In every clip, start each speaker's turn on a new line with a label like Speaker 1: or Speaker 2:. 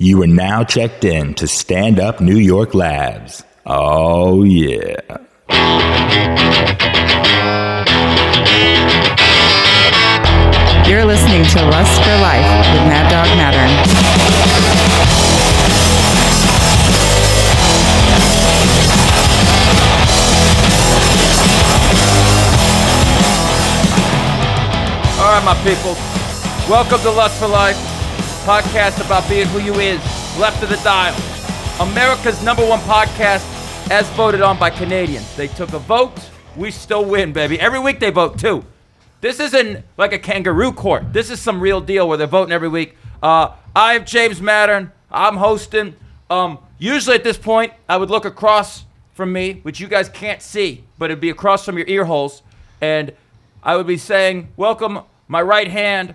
Speaker 1: You are now checked in to Stand Up New York Labs. Oh, yeah.
Speaker 2: You're listening to Lust for Life with Mad Dog Mattern.
Speaker 3: All right, my people. Welcome to Lust for Life, podcast about being who you is, left of the dial. America's number one podcast, as voted on by Canadians. They took a vote. We still win, baby. Every week they vote too. This isn't like a kangaroo court. This is some real deal where they're voting every week. Uh, I am James Mattern. I'm hosting. Um, usually at this point, I would look across from me, which you guys can't see, but it'd be across from your ear holes, and I would be saying, "Welcome, my right hand,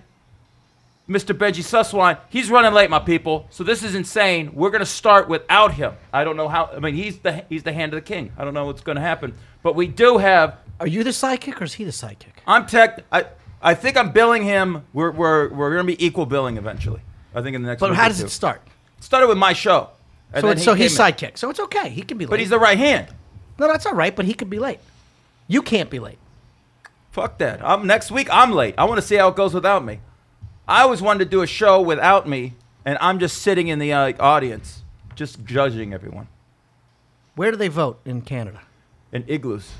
Speaker 3: Mr. Benji Susswine. He's running late, my people. So this is insane. We're gonna start without him. I don't know how. I mean, he's the he's the hand of the king. I don't know what's gonna happen, but we do have.
Speaker 4: Are you the sidekick or is he the sidekick?
Speaker 3: I'm tech. I I think I'm billing him. We're we're we're gonna be equal billing eventually. I think in the next.
Speaker 4: But
Speaker 3: week
Speaker 4: how
Speaker 3: or
Speaker 4: does
Speaker 3: two.
Speaker 4: it start?
Speaker 3: Started with my show. and
Speaker 4: So,
Speaker 3: then
Speaker 4: it's, so he's
Speaker 3: came in.
Speaker 4: sidekick. So it's okay. He can be late.
Speaker 3: But he's the right hand.
Speaker 4: no, that's all right. But he could be late. You can't be late.
Speaker 3: Fuck that. I'm next week. I'm late. I want to see how it goes without me. I always wanted to do a show without me, and I'm just sitting in the uh, audience, just judging everyone
Speaker 4: Where do they vote in Canada?
Speaker 3: in igloos.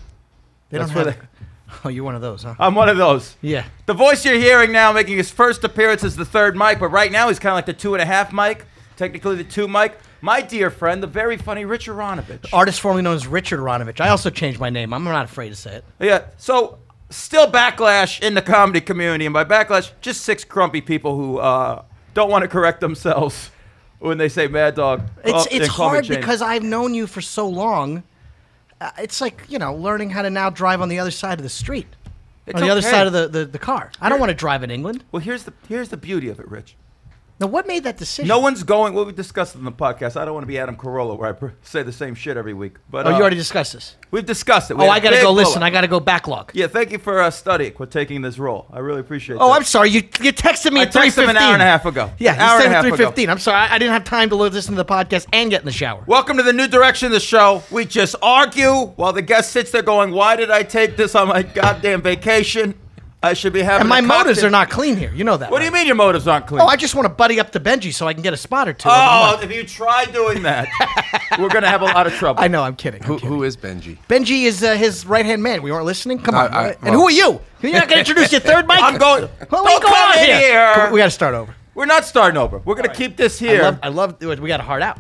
Speaker 4: They
Speaker 3: That's
Speaker 4: don't
Speaker 3: where Uh,
Speaker 4: have. Oh, you're one of those, huh?
Speaker 3: I'm one of those.
Speaker 4: yeah.
Speaker 3: The voice you're hearing now making his first appearance is the third mic, but right now he's kind of like the two and a half mic, technically the two mic. My dear friend, the very funny Rich Aronovich.
Speaker 4: Artist formerly known as Richard Ronovich. I also changed my name. I'm not afraid to say it.
Speaker 3: Yeah. So still backlash in the comedy community, and by backlash, just six grumpy people who uh, don't want to correct themselves when they say Mad Dog.
Speaker 4: It's
Speaker 3: Oh,
Speaker 4: it's
Speaker 3: they call me
Speaker 4: hard
Speaker 3: James.
Speaker 4: because I've known you for so long. Uh, it's like you know learning how to now drive on the other side of the street,
Speaker 3: It's
Speaker 4: on the other
Speaker 3: okay.
Speaker 4: side of the, the, the car. I don't want to drive in England.
Speaker 3: Well, here's the here's the beauty of it, Rich.
Speaker 4: Now, what made that decision?
Speaker 3: No one's going. Well, we discussed it in the podcast. I don't want to be Adam Carolla where I pr- say the same shit every week. But
Speaker 4: Oh, you
Speaker 3: uh,
Speaker 4: already discussed this.
Speaker 3: we've discussed it. We
Speaker 4: Oh,
Speaker 3: had
Speaker 4: I
Speaker 3: a
Speaker 4: gotta
Speaker 3: big
Speaker 4: go
Speaker 3: blowout.
Speaker 4: listen. I gotta go backlog.
Speaker 3: Yeah, thank you for uh, studying for taking this role. I really appreciate.
Speaker 4: Oh,
Speaker 3: that.
Speaker 4: I'm sorry. You you texted me
Speaker 3: I
Speaker 4: at three
Speaker 3: texted him
Speaker 4: fifteen.
Speaker 3: an hour and a half ago.
Speaker 4: Yeah,
Speaker 3: An hour and a half
Speaker 4: three
Speaker 3: ago.
Speaker 4: fifteen. I'm sorry. I, I didn't have time to listen to the podcast and get in the shower.
Speaker 3: Welcome to the new direction of the show. We just argue while the guest sits there going, "Why did I take this on my goddamn vacation? I should be having."
Speaker 4: and my
Speaker 3: a
Speaker 4: motives
Speaker 3: cocktail."
Speaker 4: are not clean here. You know that.
Speaker 3: What do you
Speaker 4: right?
Speaker 3: mean your motives aren't clean?
Speaker 4: Oh, I just want to buddy up to Benji so I can get a spot or two. every
Speaker 3: Oh,
Speaker 4: month.
Speaker 3: if you try doing that, we're gonna have a lot of trouble.
Speaker 4: I know. I'm kidding. I'm
Speaker 5: Who,
Speaker 4: kidding.
Speaker 5: who is Benji?
Speaker 4: Benji is uh, his right hand man. We weren't listening. Come on.
Speaker 5: I- I-
Speaker 4: and who are you? You're not going to introduce your third mic.
Speaker 3: I'm going.
Speaker 4: Well,
Speaker 3: don't
Speaker 4: we go
Speaker 3: come
Speaker 4: out
Speaker 3: in
Speaker 4: here.
Speaker 3: here.
Speaker 4: Come on, we got to start over.
Speaker 3: We're not starting over. We're gonna keep this
Speaker 4: I
Speaker 3: here.
Speaker 4: love, I love. We got to hard out.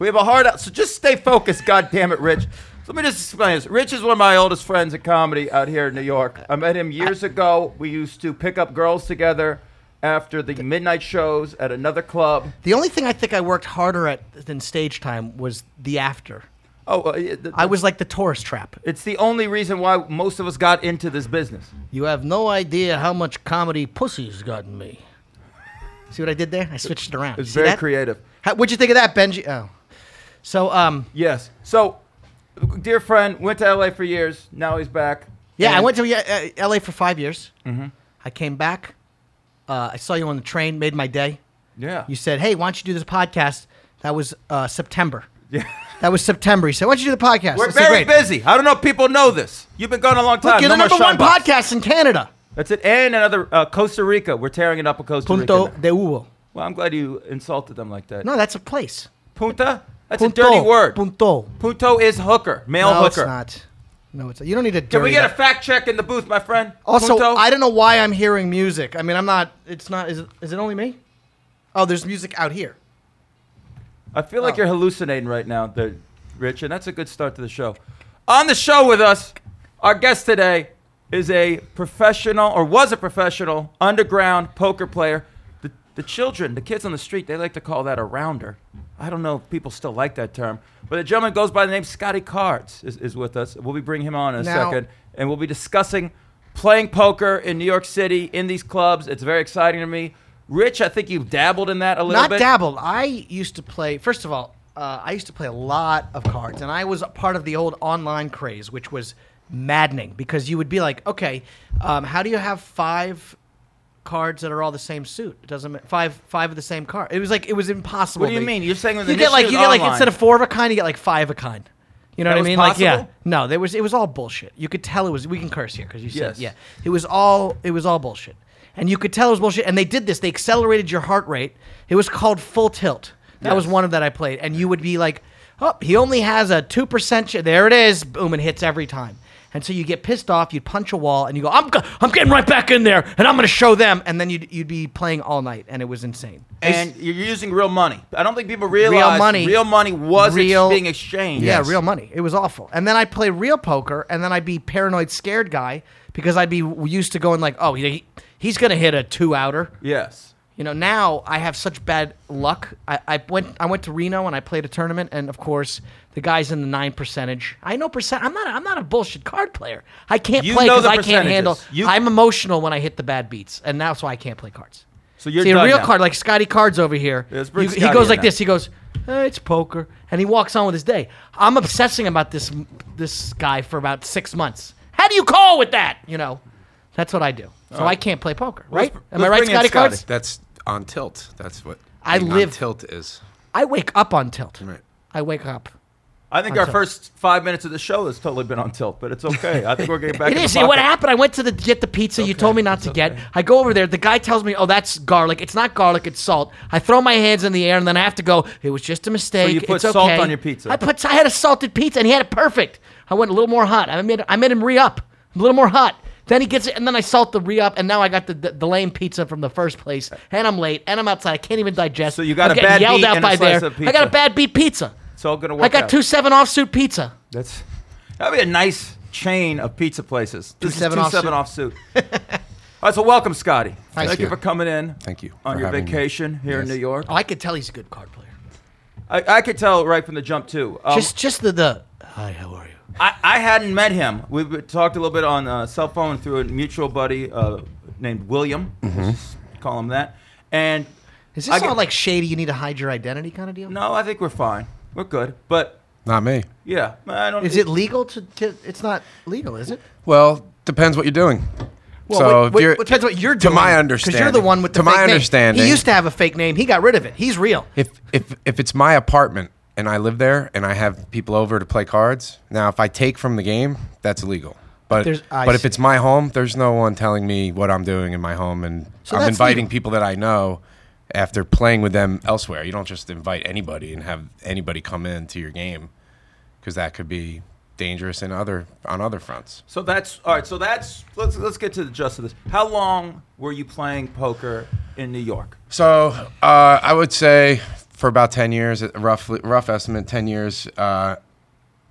Speaker 3: We have a hard out, so just stay focused, God damn it, Rich. So let me just explain this. Rich is one of my oldest friends in comedy out here in New York. I met him years ago. We used to pick up girls together after the midnight shows at another club.
Speaker 4: The only thing I think I worked harder at than stage time was the after.
Speaker 3: Oh, uh, it-
Speaker 4: I was like the tourist trap.
Speaker 3: It's the only reason why most of us got into this business.
Speaker 4: You have no idea how much comedy pussy's gotten me. See what I did there? I switched it around.
Speaker 3: It's
Speaker 4: See
Speaker 3: very
Speaker 4: that?
Speaker 3: creative.
Speaker 4: How, what'd you think of that, Benji? Oh, so um,
Speaker 3: Yes. So, dear friend, went to LA for years. Now he's back.
Speaker 4: yeah, I
Speaker 3: And-
Speaker 4: went to yeah, uh, L.A. for five years. Mm-hmm. I came back. Uh, I saw you on the train. Made my day.
Speaker 3: Yeah.
Speaker 4: You said, "Hey, why don't you do this podcast?" That was uh, September.
Speaker 3: Yeah.
Speaker 4: That was September. You said, "Why don't you do the podcast?" I
Speaker 3: We're
Speaker 4: said,
Speaker 3: very
Speaker 4: "Great."
Speaker 3: busy. I don't know if people know this. You've been gone a long time.
Speaker 4: Look, you're
Speaker 3: No
Speaker 4: the
Speaker 3: more
Speaker 4: number one
Speaker 3: shine box.
Speaker 4: podcast in Canada.
Speaker 3: That's it. And another uh, Costa Rica. We're tearing it up with Costa
Speaker 4: Punto
Speaker 3: Rica. now.
Speaker 4: de Hugo.
Speaker 3: Well, I'm glad you insulted them like that.
Speaker 4: No, that's a place.
Speaker 3: Punta? That's
Speaker 4: Punto.
Speaker 3: a dirty word.
Speaker 4: Punto.
Speaker 3: Punto is hooker, male
Speaker 4: No,
Speaker 3: hooker.
Speaker 4: it's not. No, it's not. You don't need to.
Speaker 3: Can we
Speaker 4: dirty
Speaker 3: get a
Speaker 4: that.
Speaker 3: fact check in the booth, my friend?
Speaker 4: Also,
Speaker 3: Punto?
Speaker 4: I don't know why I'm hearing music. I mean, I'm not. It's not. Is it, is it only me? Oh, there's music out here.
Speaker 3: I feel like
Speaker 4: Oh.
Speaker 3: you're hallucinating right now, there, Rich, and that's a good start to the show. On the show with us, our guest today is a professional, or was a professional, underground poker player. The, the children, the kids on the street, they like to call that a rounder. I don't know if people still like that term, but a gentleman goes by the name Scotty Cards is, is with us. We'll be bringing him on in a
Speaker 4: Now-
Speaker 3: second, and we'll be discussing playing poker in New York City in these clubs. It's very exciting to me. Rich, I think you've dabbled in that a little
Speaker 4: Not
Speaker 3: bit.
Speaker 4: dabbled. I used to play. First of all, uh, I used to play a lot of cards, and I was a part of the old online craze, which was maddening because you would be like, okay, um, how do you have five cards that are all the same suit. It doesn't ma- five five of the same card. It was like it was impossible.
Speaker 3: What do you
Speaker 4: to-
Speaker 3: mean? You're saying with
Speaker 4: you
Speaker 3: the
Speaker 4: get like
Speaker 3: initiative
Speaker 4: you get like
Speaker 3: online.
Speaker 4: instead of four of a kind, you get like five of a kind. You know
Speaker 3: That
Speaker 4: what I
Speaker 3: was
Speaker 4: mean? Like yeah,
Speaker 3: possible?
Speaker 4: no, there was it was all bullshit. You could tell it was. We can curse here because you said
Speaker 3: Yes.
Speaker 4: yeah. It was all it was all bullshit, and you could tell it was bullshit. And they did this. They accelerated your heart rate. It was called full tilt. That was
Speaker 3: Yes.
Speaker 4: one of that I played, and you would be like, oh, he only has a two percent. Ch- there it is. Boom, and hits every time. And so you get pissed off, you'd punch a wall, and you go, "I'm, go- I'm getting right back in there, and I'm going to show them." And then you'd, you'd be playing all night, and it was insane.
Speaker 3: and you're using real money. I don't think people realize
Speaker 4: money.
Speaker 3: real money was ex-
Speaker 4: Real-
Speaker 3: being exchanged.
Speaker 4: Yeah, real money. It was awful. And then I'd play real poker, and then I'd be paranoid, scared guy because I'd be used to going like, oh, he, he's gonna hit a two outer.
Speaker 3: Yes.
Speaker 4: You know, now I have such bad luck. I, I went I went to Reno and I played a tournament, and of course the guy's in the nine percentage. I know percent. I'm not I'm not a bullshit card player. I can't
Speaker 3: You
Speaker 4: play
Speaker 3: know
Speaker 4: because
Speaker 3: the
Speaker 4: I can't handle.
Speaker 3: percentages. You-
Speaker 4: I'm emotional when I hit the bad beats, and that's why I can't play cards.
Speaker 3: So you're
Speaker 4: See a
Speaker 3: done
Speaker 4: real
Speaker 3: now.
Speaker 4: card like Scotty Cards over here.
Speaker 3: Yeah, let's bring
Speaker 4: you- he
Speaker 3: Scotty
Speaker 4: goes
Speaker 3: in
Speaker 4: like
Speaker 3: now.
Speaker 4: this. He goes, eh, "It's poker," and he walks on with his day. I'm obsessing about this this guy for about six months. How do you call with that? You know, that's what I do. So I can't play poker, right?
Speaker 3: br-
Speaker 4: Am I
Speaker 3: let's
Speaker 4: right,
Speaker 3: bring in
Speaker 4: Scotty
Speaker 3: Scotty.
Speaker 4: Cards?
Speaker 5: That's on tilt. That's what
Speaker 4: I
Speaker 5: being
Speaker 4: live-
Speaker 5: on tilt is.
Speaker 4: I wake up on tilt.
Speaker 5: Right.
Speaker 4: I wake up.
Speaker 3: I think
Speaker 4: On
Speaker 3: our
Speaker 4: tilt.
Speaker 3: first five minutes of the show has totally been on tilt, but it's okay. I think we're getting back.
Speaker 4: it
Speaker 3: in the
Speaker 4: is. What
Speaker 3: pocket.
Speaker 4: happened? I went to the get the pizza you told me not to get. I go over there. The guy tells me, "Oh, that's garlic. It's not garlic. It's salt." I throw my hands in the air and then I have to go. It was just a mistake.
Speaker 3: you put
Speaker 4: it's okay."
Speaker 3: salt on your pizza.
Speaker 4: I put. I had a salted pizza and he had it perfect. I went a little more hot. I made. I made him re up a little more hot. Then he gets it, and then I salt the re up, and now I got the, the the lame pizza from the first place, and I'm late, and I'm outside. I can't even digest.
Speaker 3: So you got
Speaker 4: I'm
Speaker 3: a
Speaker 4: getting
Speaker 3: bad
Speaker 4: yelled
Speaker 3: beat
Speaker 4: out
Speaker 3: and a
Speaker 4: by
Speaker 3: slice
Speaker 4: there.
Speaker 3: of
Speaker 4: I got
Speaker 3: pizza.
Speaker 4: a bad beat pizza.
Speaker 3: It's all gonna work.
Speaker 4: I got
Speaker 3: out.
Speaker 4: two seven offsuit pizza.
Speaker 3: That's that'd be a nice chain of pizza places. This is
Speaker 4: seven
Speaker 3: two
Speaker 4: off
Speaker 3: seven off suit. all right, so welcome, Scotty. Thank, you
Speaker 5: you.
Speaker 3: for coming in.
Speaker 5: Thank you
Speaker 3: on
Speaker 5: for
Speaker 3: your
Speaker 5: having me.
Speaker 3: vacation here in
Speaker 5: Yes.
Speaker 3: New York.
Speaker 4: Oh, I could tell he's a good card player.
Speaker 3: I, I could tell right from the jump too. Um,
Speaker 4: just just the the hi how are you
Speaker 3: I, I hadn't met him. We we talked a little bit on uh, cell phone through a mutual buddy uh, named William.
Speaker 5: Mm-hmm.
Speaker 3: Let's just Call him that. And
Speaker 4: is
Speaker 3: I
Speaker 4: this
Speaker 3: get-
Speaker 4: all like shady you need to hide your identity kind of deal
Speaker 3: no, I think we're fine. We're good. But
Speaker 5: Not me.
Speaker 3: yeah, I don't.
Speaker 4: is it legal to, to it's not legal is it
Speaker 5: Well, depends what you're doing. so
Speaker 4: wait-
Speaker 5: if
Speaker 4: wait,
Speaker 5: you're,
Speaker 4: it depends what you're
Speaker 5: to
Speaker 4: doing
Speaker 5: my
Speaker 4: 'cause you're the
Speaker 5: understanding-
Speaker 4: one with the
Speaker 5: to my
Speaker 4: fake name.
Speaker 5: understanding-
Speaker 4: he used to have a fake name he got rid of it he's real
Speaker 5: if if if it's my apartment and I live there and I have people over to play cards, now if I take from the game, that's illegal. But
Speaker 4: There's- I
Speaker 5: but if
Speaker 4: see.
Speaker 5: it's my home, there's no one telling me what I'm doing in my home, and
Speaker 4: So
Speaker 5: I'm
Speaker 4: that's
Speaker 5: inviting
Speaker 4: legal.
Speaker 5: people that I know after playing with them elsewhere. You don't just invite anybody and have anybody come into your game because that could be dangerous in other on other fronts.
Speaker 3: So that's all right. So that's let's let's get to the gist of this. How long were you playing poker in New York?
Speaker 5: So uh, I would say for about ten years, roughly rough estimate, ten years. Uh,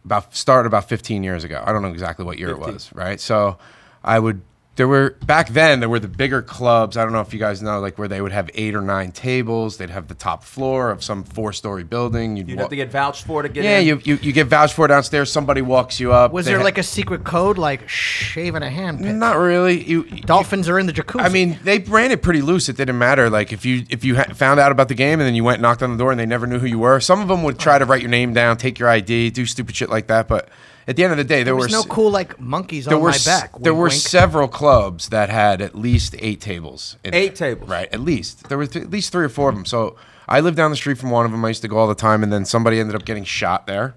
Speaker 5: about started about fifteen years ago. I don't know exactly what year
Speaker 3: 15.
Speaker 5: it was, right? So I would there were back then there were the bigger clubs. I don't know if you guys know, like where they would have eight or nine tables. They'd have the top floor of some four story building.
Speaker 3: You'd
Speaker 5: wa-
Speaker 3: have to get vouched for to get
Speaker 5: yeah,
Speaker 3: in.
Speaker 5: you, you you get vouched for downstairs. Somebody walks you up.
Speaker 4: was
Speaker 5: They
Speaker 4: there
Speaker 5: ha-
Speaker 4: like a secret code like shaving a hand pic?
Speaker 5: not really you
Speaker 4: dolphins are in the jacuzzi
Speaker 5: I mean, they ran it pretty loose. It didn't matter. Like if you if you ha- found out about the game and then you went and knocked on the door and they never knew who you were. Some of them would try to write your name down, take your ID, do stupid shit like that. But at the end of the day, there,
Speaker 4: there
Speaker 5: were
Speaker 4: was no
Speaker 5: s-
Speaker 4: cool like monkeys
Speaker 5: there
Speaker 4: on
Speaker 5: were
Speaker 4: my
Speaker 5: s-
Speaker 4: back
Speaker 5: there
Speaker 4: wink,
Speaker 5: were
Speaker 4: wink.
Speaker 5: several clubs that had at least eight tables. in
Speaker 3: Eight
Speaker 5: there.
Speaker 3: tables.
Speaker 5: right? At least there were th- at least three or four of them. So I lived down the street from one of them. I used to go all the time, and then somebody ended up getting shot there,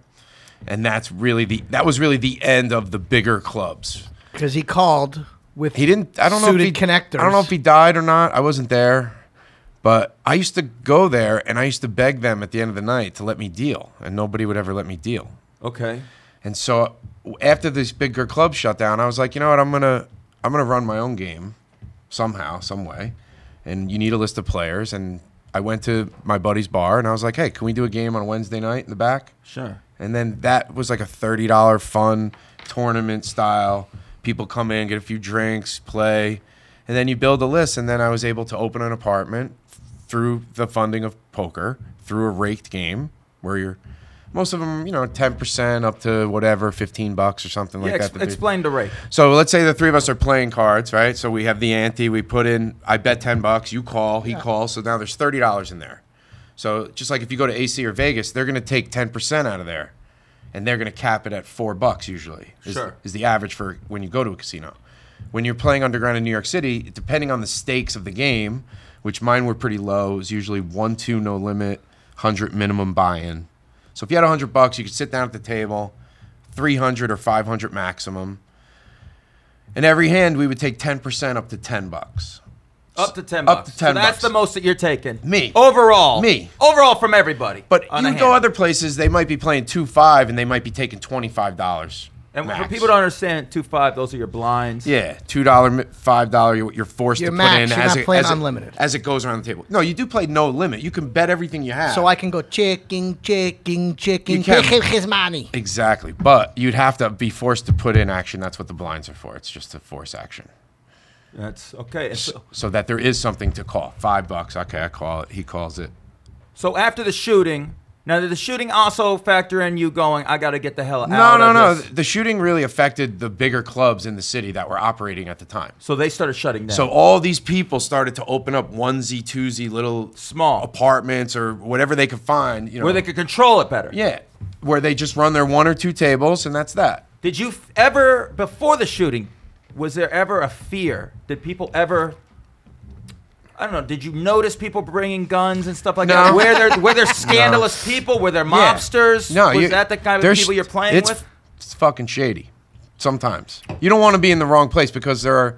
Speaker 5: and that's really the that was really the end of the bigger clubs.
Speaker 4: because he called with
Speaker 5: He didn't. I don't know. If he,
Speaker 4: suited connectors
Speaker 5: I don't know if he died or not. I wasn't there, but I used to go there and I used to beg them at the end of the night to let me deal, and nobody would ever let me deal.
Speaker 3: okay.
Speaker 5: And so after this bigger club shut down, I was like, you know what? I'm gonna I'm gonna run my own game somehow, some way. And you need a list of players. And I went to my buddy's bar and I was like, hey, can we do a game on a Wednesday night in the back?
Speaker 3: Sure.
Speaker 5: And then that was like a thirty dollar fun tournament style. People come in, get a few drinks, play, and then you build a list. And then I was able to open an apartment through the funding of poker through a raked game where you're most of them, you know, ten percent up to whatever, fifteen bucks or something
Speaker 3: Yeah,
Speaker 5: like
Speaker 3: ex-
Speaker 5: that. to be-
Speaker 3: explain the rate.
Speaker 5: so let's say the three of us are playing cards, right? So we have the ante. We put in. I bet ten bucks. You call. He calls. So now there's thirty dollars in there. So just like if you go to AC or Vegas, they're going to take ten percent out of there, and they're going to cap it at four bucks usually. Is,
Speaker 3: Sure.
Speaker 5: is the average for when you go to a casino. when you're playing underground in New York City, depending on the stakes of the game, which mine were pretty low, is usually one, two, no limit, 100 minimum buy in. So if you had 100 bucks, you could sit down at the table, 300 or 500 maximum. And every hand, we would take 10% up to 10 bucks.
Speaker 3: Up to ten
Speaker 5: Up
Speaker 3: bucks.
Speaker 5: to 10
Speaker 3: So that's
Speaker 5: bucks.
Speaker 3: the most that you're taking.
Speaker 5: Me.
Speaker 3: Overall.
Speaker 5: Me.
Speaker 3: Overall from everybody.
Speaker 5: But
Speaker 3: on
Speaker 5: you
Speaker 3: a
Speaker 5: go
Speaker 3: hand.
Speaker 5: other places, they might be playing two five, and they might be taking twenty five dollars.
Speaker 3: And for people don't understand, two five. Those are your blinds.
Speaker 5: yeah, two dollar, five dollar, you're you're forced
Speaker 4: Your
Speaker 5: to
Speaker 4: max,
Speaker 5: put in
Speaker 4: you're
Speaker 5: as
Speaker 4: not
Speaker 5: it,
Speaker 4: playing
Speaker 5: as it-
Speaker 4: unlimited.
Speaker 5: as it goes around the table. No, you do play no limit. You can bet everything you have.
Speaker 4: So I can go checking, checking, checking,
Speaker 5: can.
Speaker 4: checking his money.
Speaker 5: exactly, but you'd have to be forced to put in action. That's what the blinds are for. It's just to force action,
Speaker 3: That's okay. And so,
Speaker 5: so that there is something to call. Five bucks. Okay, I call it. He calls it.
Speaker 3: so after the shooting, now did the shooting also factor in you going? I got to get the hell
Speaker 5: No,
Speaker 3: out.
Speaker 5: no,
Speaker 3: of
Speaker 5: no.
Speaker 3: this?"
Speaker 5: The shooting really affected the bigger clubs in the city that were operating at the time.
Speaker 3: So they started shutting down.
Speaker 5: So all these people started to open up onesie, twosie, little
Speaker 3: Small.
Speaker 5: apartments or whatever they could find. You know,
Speaker 3: where they could control it better.
Speaker 5: yeah, where they just run their one or two tables and that's that.
Speaker 3: Did you f- ever before the shooting? Was there ever a fear? Did people ever? I don't know. Did you notice people bringing guns and stuff like
Speaker 5: No.
Speaker 3: that? Where there were there scandalous people? Were there
Speaker 5: Yeah.
Speaker 3: mobsters? was
Speaker 5: you-
Speaker 3: that the kind of
Speaker 5: there's-
Speaker 3: people you're playing
Speaker 5: it's,
Speaker 3: with?
Speaker 5: It's fucking shady. Sometimes you don't want to be in the wrong place because there are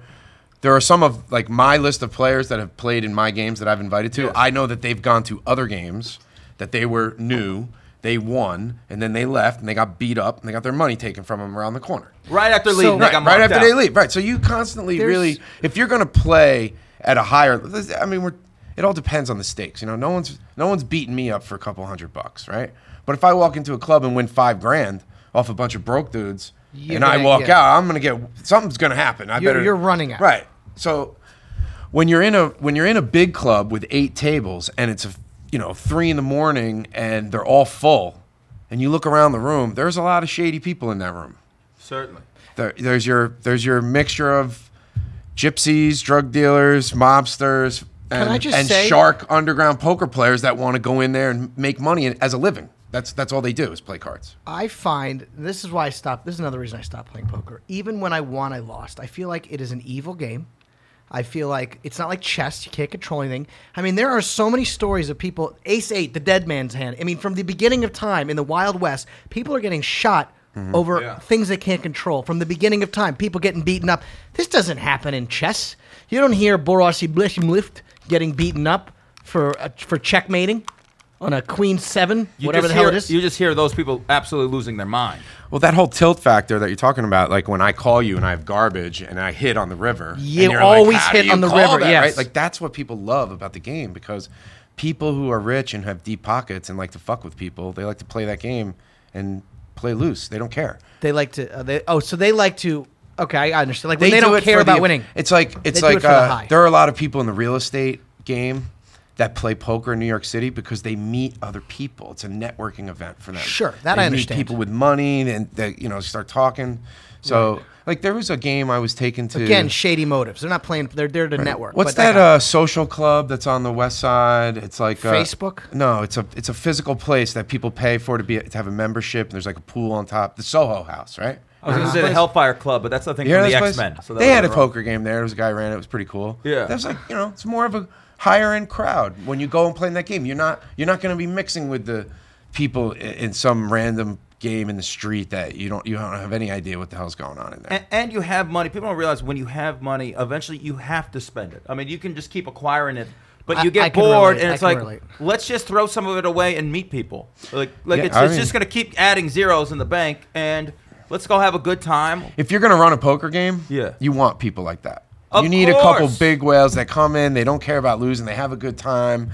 Speaker 5: there are some of like my list of players that have played in my games that I've invited to. I know that they've gone to other games that they were new, they won, and then they left and they got beat up and they got their money taken from them around the corner.
Speaker 3: Right after leaving, they
Speaker 5: right,
Speaker 3: got
Speaker 5: right
Speaker 3: marked
Speaker 5: after
Speaker 3: out.
Speaker 5: they leave. Right. So you constantly
Speaker 4: There's-
Speaker 5: really, if you're going to play at a higher, I mean, we're. It all depends on the stakes. You know, no one's no one's beating me up for a couple hundred bucks, right? But if I walk into a club and win five grand off a bunch of broke dudes,
Speaker 4: You're
Speaker 5: and I
Speaker 4: gonna-
Speaker 5: walk
Speaker 4: yeah.
Speaker 5: out, I'm gonna get something's gonna happen. I
Speaker 4: You're-
Speaker 5: better
Speaker 4: you're running out.
Speaker 5: Right. So when you're in a when you're in a big club with eight tables and it's a you know three in the morning and they're all full, and you look around the room, there's a lot of shady people in that room.
Speaker 3: Certainly.
Speaker 5: There, there's your there's your mixture of gypsies, drug dealers, mobsters, and,
Speaker 4: I just
Speaker 5: and
Speaker 4: say-
Speaker 5: shark underground poker players that want to go in there and make money as a living. That's that's all they do is play cards.
Speaker 4: I find this is why I stopped. This is another reason I stopped playing poker. Even when I won, I lost. I feel like it is an evil game. I feel like it's not like chess. You can't control anything. I mean, there are so many stories of people, ace eight, the dead man's hand. I mean, from the beginning of time in the Wild West, people are getting shot
Speaker 3: Mm-hmm.
Speaker 4: over things they can't control. From the beginning of time, people getting beaten up. This doesn't happen in chess. You don't hear Borossi Blishimlift getting beaten up for, uh, for checkmating on a queen seven,
Speaker 3: You
Speaker 4: whatever
Speaker 3: just
Speaker 4: the hell
Speaker 3: hear,
Speaker 4: it is.
Speaker 3: You just hear those people absolutely losing their mind.
Speaker 5: Well, that whole tilt factor that you're talking about, like when I call you and I have garbage and I hit on the river, and
Speaker 4: You
Speaker 5: you're
Speaker 4: always
Speaker 5: "How do
Speaker 4: hit
Speaker 5: you
Speaker 4: on the
Speaker 5: call
Speaker 4: river,
Speaker 5: That,
Speaker 4: yes.
Speaker 5: Like that's what people love about the game because people who are rich and have deep pockets and like to fuck with people, they like to play that game and play loose. They don't care.
Speaker 4: They like to. Uh, they oh, so they like to. Okay, I understand. Like when they,
Speaker 5: do
Speaker 4: don't
Speaker 5: it
Speaker 4: care
Speaker 5: for
Speaker 4: about
Speaker 5: the-
Speaker 4: winning.
Speaker 5: It's like it's
Speaker 4: do
Speaker 5: like
Speaker 4: it for the
Speaker 5: uh,
Speaker 4: high.
Speaker 5: there are a lot of people in the real estate game that play poker in New York City because they meet other people. It's a networking event for them.
Speaker 4: Sure, that
Speaker 5: They
Speaker 4: I
Speaker 5: meet
Speaker 4: understand.
Speaker 5: people with money and they you know start talking. So like there was a game I was taken to
Speaker 4: Again, shady motives. They're not playing. They're there to network.
Speaker 5: What's
Speaker 4: But
Speaker 5: that,
Speaker 4: guy-
Speaker 5: uh, social club that's on the west side? It's like uh,
Speaker 4: Facebook?
Speaker 5: No, it's a it's a physical place that people pay for to be to have a membership. And there's like a pool on top. The Soho House, right?
Speaker 3: I
Speaker 4: Oh,
Speaker 3: was going to say the Hellfire Club, but that's the thing
Speaker 5: Uh-huh. You hear
Speaker 3: from the
Speaker 5: this place?
Speaker 3: X Men. So that
Speaker 5: they
Speaker 3: was
Speaker 5: had a
Speaker 3: wrong.
Speaker 5: poker game there. There was a guy who ran it. It was pretty cool.
Speaker 3: Yeah.
Speaker 5: That was like you know, it's more of a higher end crowd. When you go and play in that game, you're not you're not going to be mixing with the people i- in some random game in the street that you don't you don't have any idea what the hell's going on in there.
Speaker 3: And, and you have money. People don't realize when you have money, eventually you have to spend it. I mean, you can just keep acquiring it, but
Speaker 4: I-
Speaker 3: you get
Speaker 4: I can
Speaker 3: bored,
Speaker 4: relate.
Speaker 3: and
Speaker 4: I
Speaker 3: it's
Speaker 4: can
Speaker 3: like,
Speaker 4: relate.
Speaker 3: let's just throw some of it away and meet people. Like, like
Speaker 5: Yeah,
Speaker 3: it's,
Speaker 5: I
Speaker 3: it's
Speaker 5: mean-
Speaker 3: just going to keep adding zeros in the bank, and let's go have a good time.
Speaker 5: if you're going to run a poker game,
Speaker 3: Yeah.
Speaker 5: you want people like that.
Speaker 3: Of
Speaker 5: you need a couple
Speaker 3: course.
Speaker 5: big whales that come in. They don't care about losing. They have a good time.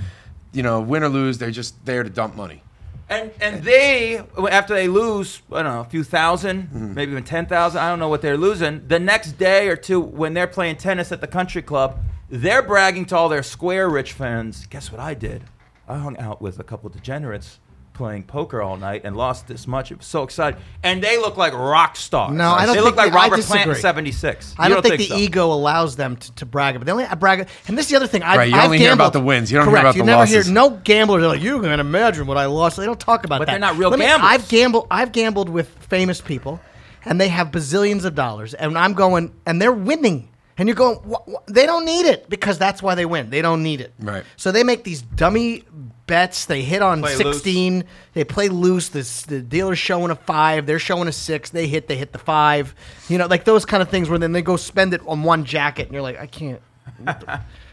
Speaker 5: You know, win or lose, they're just there to dump money.
Speaker 3: And and they after they lose, I don't know, a few 1000 maybe even ten thousand. I don't know what they're losing. The next day or two, when they're playing tennis at the country club, they're bragging to all their square rich friends. Guess what I did? I hung out with a couple degenerates playing poker all night and lost this much. It was so exciting. And they look like rock stars.
Speaker 4: No, I don't
Speaker 3: They look like
Speaker 4: think- I
Speaker 3: Robert Plant in
Speaker 4: disagree.
Speaker 3: '76.
Speaker 4: I don't, think, the
Speaker 3: so.
Speaker 4: ego allows them to, to brag about. They only brag, and this is the other thing. I've,
Speaker 5: Right, you
Speaker 4: I've
Speaker 5: only hear
Speaker 4: gambled.
Speaker 5: about the wins. You don't hear
Speaker 4: Correct.
Speaker 5: about
Speaker 4: you
Speaker 5: the
Speaker 4: never
Speaker 5: losses.
Speaker 4: Hear, no gamblers are like you can imagine what I lost. They don't talk about
Speaker 3: But
Speaker 4: that.
Speaker 3: they're not real
Speaker 4: Let me-
Speaker 3: gamblers.
Speaker 4: I've gambled. I've gambled with famous people, and they have bazillions of dollars, and I'm going, and they're winning. And you're going, wha- wha- they don't need it because that's why they win. They don't need it.
Speaker 5: Right.
Speaker 4: So they make these dummy bets. They hit on
Speaker 3: Play loose.
Speaker 4: 16. They play loose. This the dealer's showing a five. They're showing a six. They hit. They hit the five. You know, like those kind of things where then they go spend it on one jacket, and you're like, I can't.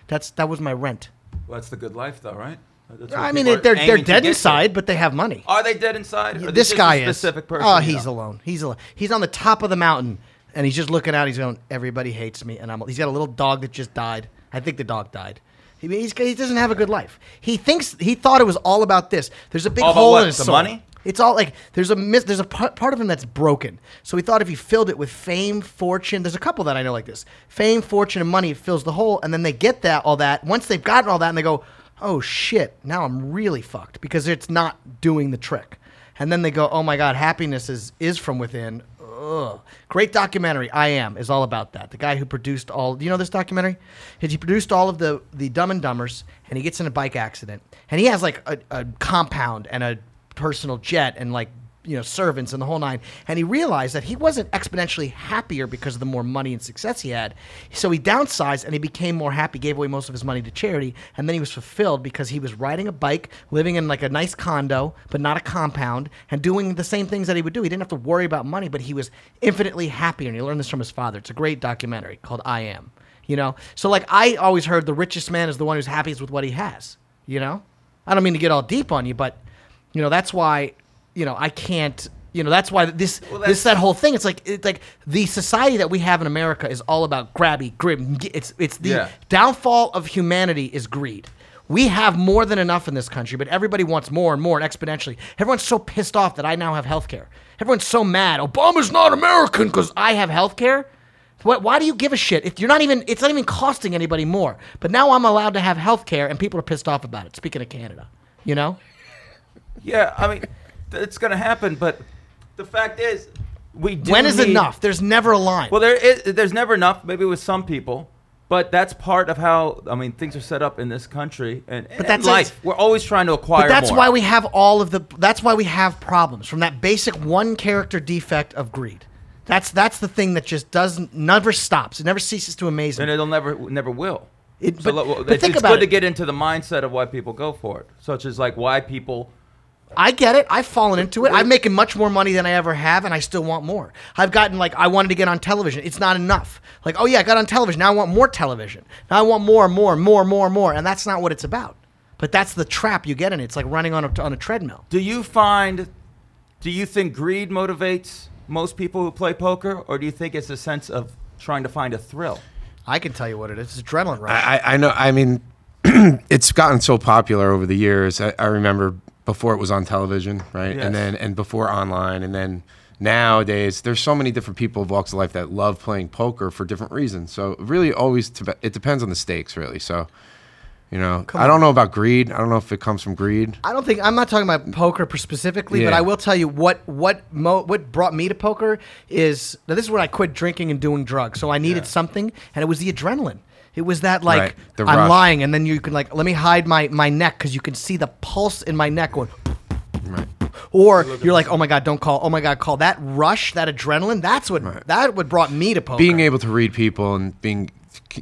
Speaker 4: That's that was my rent.
Speaker 3: Well, that's the good life, though, right? That's what
Speaker 4: I mean,
Speaker 3: people
Speaker 4: they're
Speaker 3: are
Speaker 4: they're
Speaker 3: aiming to get
Speaker 4: dead
Speaker 3: to.
Speaker 4: inside, but they have money.
Speaker 3: Are they dead inside? Or are they
Speaker 4: this
Speaker 3: just
Speaker 4: guy
Speaker 3: a specific
Speaker 4: is.
Speaker 3: person.
Speaker 4: oh,
Speaker 3: you
Speaker 4: he's
Speaker 3: know?
Speaker 4: alone. He's alone. He's on the top of the mountain, and he's just looking out. He's going, "Everybody hates me," and I'm. He's got a little dog that just died. I think the dog died. He, he's, he doesn't have a good life. He thinks he thought it was all about this. There's a big
Speaker 3: All about
Speaker 4: hole
Speaker 3: what?
Speaker 4: in his
Speaker 3: The
Speaker 4: soul.
Speaker 3: money?
Speaker 4: It's all like there's a mis- there's a par- part of him that's broken. So he thought if he filled it with fame, fortune, there's a couple that I know like this. Fame, fortune, and money it fills the hole, and then they get that all that. Once they've gotten all that, and they go, "Oh shit! Now I'm really fucked because it's not doing the trick." And then they go, "Oh my god, happiness is is from within." Ugh. Great documentary. I am is all about that. The guy who produced all. Do you know this documentary? He produced all of the the Dumb and Dumbers, and he gets in a bike accident, and he has like a, a compound and a personal jet and like you know servants and the whole nine and he realized that he wasn't exponentially happier because of the more money and success he had so he downsized and he became more happy gave away most of his money to charity and then he was fulfilled because he was riding a bike living in like a nice condo but not a compound and doing the same things that he would do he didn't have to worry about money but he was infinitely happier and he learned this from his father it's a great documentary called i am you know so like i always heard the richest man is the one who's happiest with what he has you know i don't mean to get all deep on you but you know, that's why, you know, I can't. You know, that's why this this that whole thing. It's like it's like the society that we have in America is all about grabby, grim. It's it's the
Speaker 3: Yeah.
Speaker 4: downfall of humanity is greed. We have more than enough in this country, but everybody wants more and more and exponentially. Everyone's so pissed off that I now have health care. Everyone's so mad. Obama's not American because I have health care. What, why do you give a shit? If you're not even, it's not even costing anybody more. But now I'm allowed to have health care, and people are pissed off about it. Speaking of Canada, you know.
Speaker 3: Yeah, I mean, th- it's going to happen, but the fact is, we do
Speaker 4: when is
Speaker 3: need-
Speaker 4: enough? There's never a line.
Speaker 3: Well, there is. There's never enough. Maybe with some people, but that's part of how I mean things are set up in this country and, but
Speaker 4: that's-
Speaker 3: life. We're always trying to acquire.
Speaker 4: but that's
Speaker 3: more.
Speaker 4: why we have all of the. That's why we have problems from that basic one character defect of greed. That's that's the thing that just doesn't never stops. It never ceases to amaze
Speaker 3: and
Speaker 4: me.
Speaker 3: it'll never never will.
Speaker 4: It-
Speaker 3: So
Speaker 4: but-
Speaker 3: lo-
Speaker 4: but
Speaker 3: it's,
Speaker 4: think
Speaker 3: it's
Speaker 4: about
Speaker 3: good to
Speaker 4: it.
Speaker 3: get into the mindset of why people go for it, such as like why people.
Speaker 4: I get it. I've fallen into it. I'm making much more money than I ever have, and I still want more. I've gotten like I wanted to get on television. It's not enough. Like oh yeah, I got on television. Now I want more television. Now I want more, more, more, more, more, and that's not what it's about. But that's the trap you get in. it. It's like running on a, on a treadmill.
Speaker 3: Do you find? Do you think greed motivates most people who play poker, or do you think it's a sense of trying to find a thrill?
Speaker 4: I can tell you what it is. It's adrenaline rush.
Speaker 5: I, I know. I mean, it's gotten so popular over the years. I, I remember before it was on television, right?
Speaker 3: Yes.
Speaker 5: And then and before online, and then nowadays, there's so many different people of walks of life that love playing poker for different reasons. So really, always to, it depends on the stakes, really. So. You know, I don't know about greed. I don't know if it comes from greed.
Speaker 4: I don't think I'm not talking about poker per- specifically, but
Speaker 5: Yeah.
Speaker 4: I will tell you what what mo, what brought me to poker is now this is when I quit drinking and doing drugs. So I needed something, and it was the adrenaline. It was that like
Speaker 5: Right, the
Speaker 4: I'm
Speaker 5: rush.
Speaker 4: lying, and then you can like let me hide my my neck because you can see the pulse in my neck going. Or you're like, oh my god, don't call. Oh my god, call. That rush, that adrenaline, that's what that what brought me to poker.
Speaker 5: being able to read people and being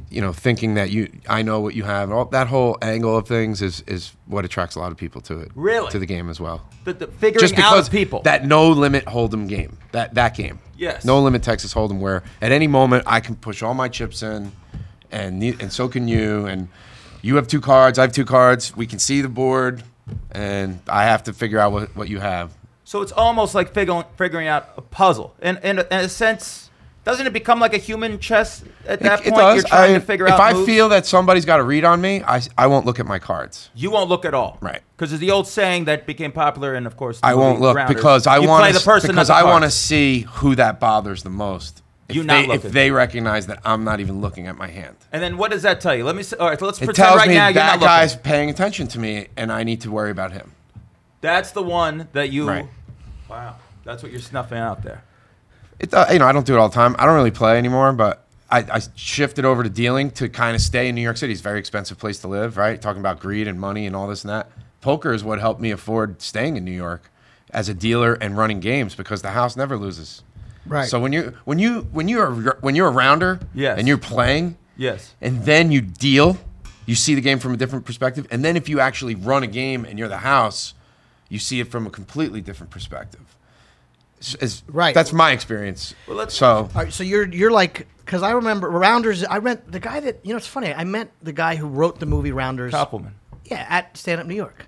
Speaker 5: you know thinking that you i know what you have all that whole angle of things is is what attracts a lot of people to it
Speaker 3: Really?
Speaker 5: to the game as well
Speaker 3: The, the figuring
Speaker 5: just because
Speaker 3: out people
Speaker 5: that no limit hold'em game that that game
Speaker 3: Yes.
Speaker 5: no limit texas hold'em where at any moment i can push all my chips in and ne- and so can you and you have two cards i have two cards we can see the board and i have to figure out what, what you have
Speaker 3: So it's almost like figuring figuring out a puzzle. In in a, in a sense, doesn't it become like a human chess at that point? You're trying
Speaker 5: I-
Speaker 3: to figure
Speaker 5: if
Speaker 3: out.
Speaker 5: i
Speaker 3: moves?
Speaker 5: feel that somebody's got a read on me I, s- I won't look at my cards
Speaker 3: you won't look at all,
Speaker 5: Right.
Speaker 3: Because there's the old saying that became popular, and of course, the
Speaker 5: I won't
Speaker 3: movie
Speaker 5: look
Speaker 3: Rounders.
Speaker 5: because I
Speaker 3: You
Speaker 5: want
Speaker 3: play the person,
Speaker 5: because
Speaker 3: not the
Speaker 5: I want to
Speaker 3: cards.
Speaker 5: see who that bothers the most. If
Speaker 3: You
Speaker 5: they,
Speaker 3: not
Speaker 5: if
Speaker 3: looking.
Speaker 5: they recognize that I'm not even looking at my hand.
Speaker 3: And then what does that tell you? Let me. s- All right, so let's
Speaker 5: It
Speaker 3: pretend
Speaker 5: tells
Speaker 3: right
Speaker 5: me
Speaker 3: now you're
Speaker 5: that
Speaker 3: not
Speaker 5: guy's
Speaker 3: looking.
Speaker 5: paying attention to me and I need to worry about him.
Speaker 3: That's the one that you.
Speaker 5: Right.
Speaker 3: Wow, that's what you're snuffing out there.
Speaker 5: It, uh, you know, I don't do it all the time. I don't really play anymore, but I, I shifted over to dealing to kind of stay in New York City. It's a very expensive place to live, right? Talking about greed and money and all this and that. Poker is what helped me afford staying in New York as a dealer and running games because the house never loses.
Speaker 4: Right.
Speaker 5: So when you when you when you're when you're a rounder,
Speaker 3: Yes.
Speaker 5: and you're playing,
Speaker 3: Yes.
Speaker 5: and then you deal, you see the game from a different perspective, and then if you actually run a game and you're the house, you see it from a completely different perspective. S- is-
Speaker 4: Right.
Speaker 5: That's my experience. Well,
Speaker 3: let's-
Speaker 5: so
Speaker 4: All right, so you're you're like because I remember Rounders. I met the guy that you know. It's funny. I met the guy who wrote the movie Rounders.
Speaker 3: Koppelman.
Speaker 4: Yeah, at Stand Up New York.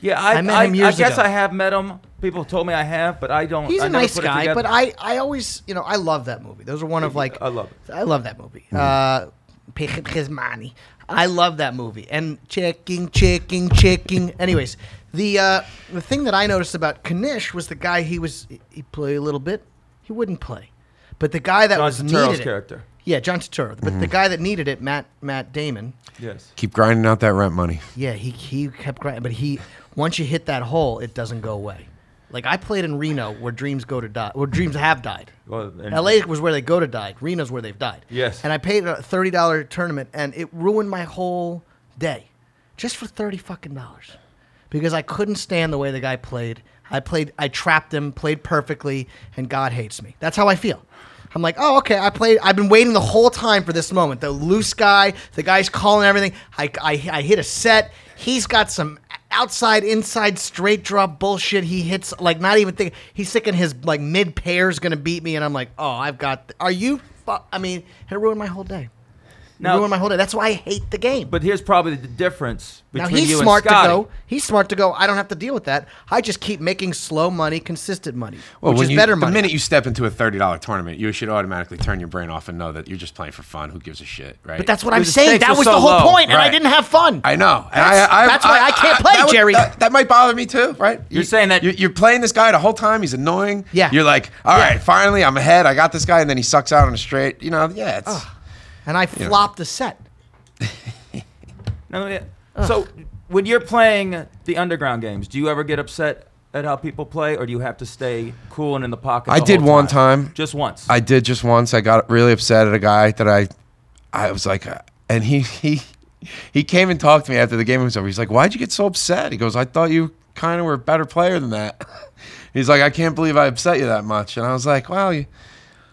Speaker 3: Yeah, I,
Speaker 4: I met
Speaker 3: I,
Speaker 4: him years
Speaker 3: I guess
Speaker 4: ago.
Speaker 3: I have met him. People told me I have, but I don't.
Speaker 4: He's
Speaker 3: I
Speaker 4: a
Speaker 3: never
Speaker 4: nice
Speaker 3: put it
Speaker 4: guy,
Speaker 3: together.
Speaker 4: but I I always you know I love that movie. Those are one of like
Speaker 3: I love Mm.
Speaker 4: I love that movie. Uh, Pichet Chizmani. I love that movie. And checking, checking, checking. Anyways, the uh, the thing that I noticed about Kanish was the guy he was he played a little bit. He wouldn't play, but the guy that
Speaker 3: John
Speaker 4: was
Speaker 3: Turturro's
Speaker 4: needed it-
Speaker 3: character. Mm-hmm.
Speaker 4: Yeah, John Turturro. But the guy that needed it, Matt Matt Damon.
Speaker 3: Yes.
Speaker 5: keep grinding out that rent money.
Speaker 4: Yeah, he he kept grinding, but he once you hit that hole, it doesn't go away. Like I played in Reno, where dreams go to die, where dreams have died.
Speaker 3: Well, and-
Speaker 4: L.A. was where they go to die. Reno's where they've died.
Speaker 3: Yes.
Speaker 4: And I paid a thirty dollar tournament, and it ruined my whole day, just for thirty fucking dollars, because I couldn't stand the way the guy played. I played, I trapped him, played perfectly, and God hates me. That's how I feel. I'm like, oh, okay. I played. I've been waiting the whole time for this moment. The loose guy, the guy's calling everything. I, I, I hit a set. He's got some outside, inside, straight drop bullshit. He hits like not even think. He's thinking his like mid pair's gonna beat me, and I'm like, oh, I've got. Are you? Fu-? I mean, it ruined my whole day.
Speaker 3: Now-
Speaker 4: Now, ruined my whole day. That's why I hate the game.
Speaker 3: But here's probably the difference
Speaker 4: now
Speaker 3: between
Speaker 4: he's
Speaker 3: you
Speaker 4: smart
Speaker 3: and Scotty.
Speaker 4: to go. He's smart to go. I don't have to deal with that. I just keep making slow money, consistent money, which
Speaker 5: when
Speaker 4: is
Speaker 5: you,
Speaker 4: better
Speaker 5: the
Speaker 4: money.
Speaker 5: minute you step into a thirty dollar tournament, you should automatically turn your brain off and know that you're just playing for fun. Who gives a shit, right?
Speaker 4: but that's what
Speaker 3: Dude,
Speaker 4: I'm
Speaker 3: the
Speaker 4: saying.
Speaker 3: stakes
Speaker 4: That
Speaker 3: were
Speaker 4: was
Speaker 3: so
Speaker 4: the whole
Speaker 3: low.
Speaker 4: point, and I
Speaker 5: Right.
Speaker 4: didn't have fun.
Speaker 5: I know. And
Speaker 4: That's-
Speaker 5: I, I,
Speaker 4: that's why I can't play,
Speaker 5: that would-
Speaker 4: Jerry.
Speaker 5: That, that might bother me too, right?
Speaker 3: You're saying that-
Speaker 5: you're, you're playing this guy the whole time. He's annoying.
Speaker 4: Yeah.
Speaker 5: You're like, all right,
Speaker 4: Yeah.
Speaker 5: finally, I'm ahead. I got this guy, and then he sucks out on a straight. You know, yeah. It's,
Speaker 4: and I flopped a set.
Speaker 3: No, yeah. So when you're playing the underground games, do you ever get upset at how people play, or do you have to stay cool and in the pocket?
Speaker 5: I
Speaker 3: the
Speaker 5: did
Speaker 3: whole
Speaker 5: one time.
Speaker 3: Just once.
Speaker 5: I did just once. I got really upset at a guy that I, I was like, uh, and he he he came and talked to me after the game was over. He's like, "Why'd you get so upset?" He goes, "I thought you kind of were a better player than that." He's like, "I can't believe I upset you that much." And I was like, "Well, you,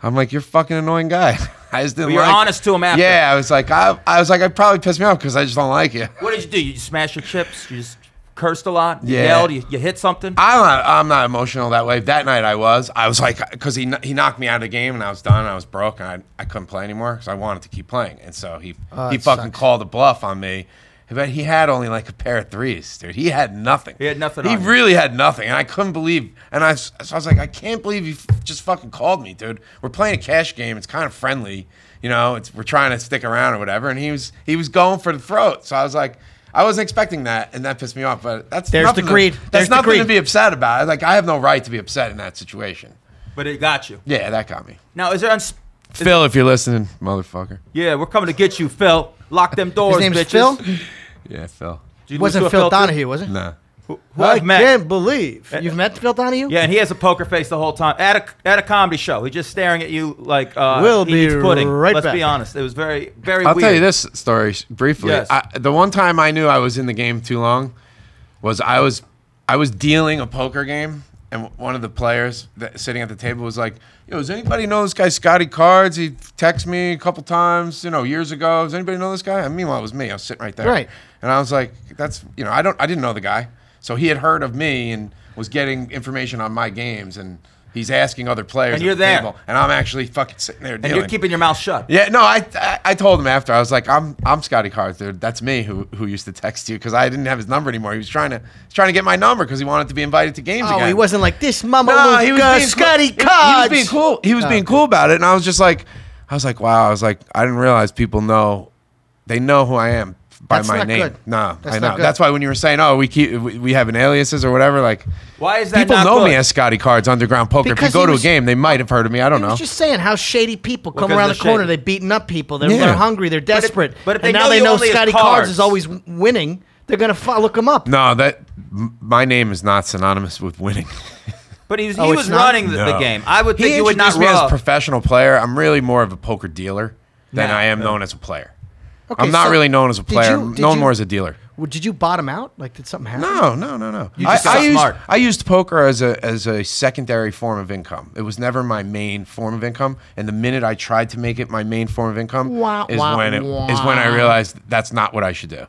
Speaker 5: I'm like, you're a fucking annoying guy." I just
Speaker 3: Well,
Speaker 5: didn't.
Speaker 3: you were
Speaker 5: like-
Speaker 3: honest to him after.
Speaker 5: Yeah, I was like, I, I was like, I probably pissed me off because I just don't like you.
Speaker 3: what did you do? You just smashed your chips. You just cursed a lot. You
Speaker 5: Yeah.
Speaker 3: yelled. You, you hit something.
Speaker 5: I'm not, I'm not emotional that way. That night I was. I was like, because he, kn- he knocked me out of the game and I was done. I was broke and I, I couldn't play anymore because I wanted to keep playing. And so he he
Speaker 4: Oh, that
Speaker 5: fucking
Speaker 4: sucks.
Speaker 5: called a bluff on me. But he had only like a pair of threes, dude. He had nothing.
Speaker 3: He had nothing
Speaker 5: He
Speaker 3: on you.
Speaker 5: really had nothing, and I couldn't believe. And I, s- so I was like, I can't believe you f- just fucking called me, dude. We're playing a cash game. It's kind of friendly, you know. It's we're trying to stick around or whatever. And he was he was going for the throat. So I was like, I wasn't expecting that, and that pissed me off. But that's
Speaker 4: There's
Speaker 5: nothing
Speaker 4: the
Speaker 5: to-
Speaker 4: greed.
Speaker 5: That's
Speaker 4: There's the
Speaker 5: nothing to
Speaker 4: greed.
Speaker 5: be upset about. Like I have no right to be upset in that situation.
Speaker 3: But it got you.
Speaker 5: Yeah, that got me.
Speaker 3: Now is there? Uns-
Speaker 5: Phil, if you're listening, motherfucker.
Speaker 3: yeah, we're coming to get you, Phil. Lock them doors,
Speaker 4: His name
Speaker 3: bitches.
Speaker 4: is Phil.
Speaker 5: Yeah, Phil.
Speaker 3: Did you
Speaker 4: Wasn't
Speaker 3: lose to a
Speaker 4: Phil
Speaker 3: too?
Speaker 4: Donahue, was it?
Speaker 5: Nah.
Speaker 3: Who, who
Speaker 4: I
Speaker 3: I've met.
Speaker 4: can't believe you've met Phil Donahue.
Speaker 3: Uh, Yeah, and he has a poker face the whole time. At a at a comedy show, he's just staring at you like uh,
Speaker 4: We'll
Speaker 3: he
Speaker 4: be
Speaker 3: eats pudding.
Speaker 4: right
Speaker 3: Let's be
Speaker 4: back.
Speaker 3: honest, it was very very.
Speaker 5: I'll
Speaker 3: weird.
Speaker 5: tell you this story s- briefly.
Speaker 3: Yes.
Speaker 5: I, the one time I knew I was in the game too long was I was I was dealing a poker game, and w- one of the players that, sitting at the table was like, "Yo, does anybody know this guy Scotty Cards? He texted me a couple times, you know, years ago. Does anybody know this guy?" And meanwhile, it was me. I was sitting right there,
Speaker 4: Right.
Speaker 5: And I was like, "That's you know, I don't I didn't know the guy, so he had heard of me and was getting information on my games and." He's asking other players,
Speaker 3: And
Speaker 5: at
Speaker 3: you're
Speaker 5: the
Speaker 3: there.
Speaker 5: table, and I'm actually fucking sitting there.
Speaker 3: and
Speaker 5: Dealing.
Speaker 3: you're keeping your mouth shut.
Speaker 5: Yeah, no, I, I I told him after I was like, I'm I'm Scotty Cards, dude. That's me who who used to text you because I didn't have his number anymore. He was trying to he's trying to get my number because he wanted to be invited to games.
Speaker 4: Oh,
Speaker 5: again.
Speaker 4: he wasn't like this, Mama
Speaker 5: No,
Speaker 4: Luca,
Speaker 5: he was being
Speaker 4: Scotty Oh,
Speaker 5: cool. He was
Speaker 4: Cards.
Speaker 5: being cool. He was being cool about it, and I was just like, I was like, wow. I was like, I didn't realize people know, they know who I am by
Speaker 4: That's
Speaker 5: my
Speaker 4: not
Speaker 5: name.
Speaker 4: good.
Speaker 5: No,
Speaker 4: That's
Speaker 5: I
Speaker 4: not
Speaker 5: know.
Speaker 4: good.
Speaker 5: That's why when you were saying, oh, we keep we, we have an aliases or whatever, like.
Speaker 3: Why is that?
Speaker 5: People
Speaker 3: not
Speaker 5: know
Speaker 3: good?
Speaker 5: me as Scotty Cards Underground Poker.
Speaker 4: Because
Speaker 5: if you
Speaker 4: he
Speaker 5: go
Speaker 4: was-
Speaker 5: to a game, they might have heard of me. I don't
Speaker 4: I
Speaker 5: know.
Speaker 4: was just saying how shady people come
Speaker 3: 'cause
Speaker 4: around the
Speaker 3: they're
Speaker 4: corner.
Speaker 3: shady.
Speaker 4: They're beating up people. They're,
Speaker 5: Yeah.
Speaker 4: they're hungry. They're
Speaker 3: if-
Speaker 4: desperate.
Speaker 3: but if they
Speaker 4: and now
Speaker 3: know
Speaker 4: they
Speaker 3: you
Speaker 4: know
Speaker 3: only as
Speaker 4: Scotty
Speaker 3: cards.
Speaker 4: Cards is always w- winning. They're gonna f- look him up.
Speaker 5: No, that m- my name is not synonymous with winning.
Speaker 3: But he was,
Speaker 4: Oh,
Speaker 3: he
Speaker 4: it's
Speaker 3: was
Speaker 4: not?
Speaker 3: running the, the
Speaker 5: No.
Speaker 3: game. I would
Speaker 5: He
Speaker 3: think you would not
Speaker 5: introduced me as a
Speaker 3: rub.
Speaker 5: professional player. I'm really more of a poker dealer than
Speaker 3: Nah.
Speaker 5: I am known as a player.
Speaker 4: Okay,
Speaker 5: I'm not
Speaker 4: so
Speaker 5: really known as a
Speaker 4: did
Speaker 5: player.
Speaker 4: you-
Speaker 5: I'm
Speaker 4: did
Speaker 5: known
Speaker 4: you-
Speaker 5: more as a dealer.
Speaker 4: Well, did you bottom out? Like, did something happen?
Speaker 5: No, no, no, no.
Speaker 3: You just
Speaker 5: I,
Speaker 3: got
Speaker 5: I
Speaker 3: smart.
Speaker 5: Used, I used poker as a as a secondary form of income. It was never my main form of income. And the minute I tried to make it my main form of income
Speaker 4: Wah,
Speaker 5: is
Speaker 4: wah,
Speaker 5: when it is
Speaker 4: wah.
Speaker 5: when I realized that's not what I should do.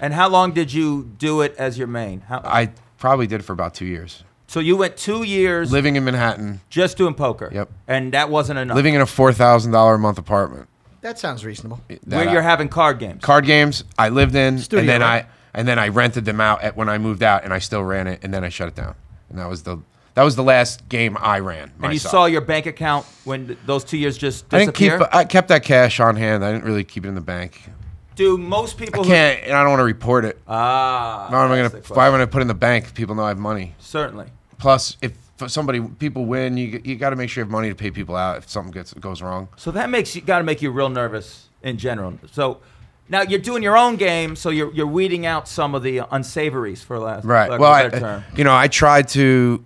Speaker 3: And how long did you do it as your main? How,
Speaker 5: I probably did it for about two years,
Speaker 3: so you went two years
Speaker 5: living in Manhattan,
Speaker 3: just doing poker.
Speaker 5: Yep.
Speaker 3: And that wasn't enough.
Speaker 5: living in a four thousand dollar a month apartment.
Speaker 4: That sounds reasonable.
Speaker 5: That
Speaker 3: where
Speaker 5: I-
Speaker 3: you're having card games.
Speaker 5: card games I lived in,
Speaker 4: Studio,
Speaker 5: and then
Speaker 4: right?
Speaker 5: I and then I rented them out at, when I moved out, and I still ran it, and then I shut it down, and that was the that was the last game I ran. Myself.
Speaker 3: and you saw your bank account when th- those two years just
Speaker 5: I didn't keep.
Speaker 3: disappear.
Speaker 5: I kept that cash on hand. I didn't really keep it in the bank.
Speaker 3: Do most
Speaker 5: I
Speaker 3: people who-
Speaker 5: can't, and I don't want to report it.
Speaker 3: ah
Speaker 5: why am I
Speaker 3: that's
Speaker 5: gonna?
Speaker 3: the
Speaker 5: Why am I
Speaker 3: question.
Speaker 5: gonna put it in the bank? People know I have money.
Speaker 3: Certainly.
Speaker 5: Plus, if for somebody people win, you you got to make sure you have money to pay people out if something gets goes wrong.
Speaker 3: So that makes you got to make you real nervous in general. So now you're doing your own game, so you're you're weeding out some of the unsavories for last
Speaker 5: Right.
Speaker 3: lack of
Speaker 5: well,
Speaker 3: a
Speaker 5: I, uh,
Speaker 3: better term.
Speaker 5: you know, I tried to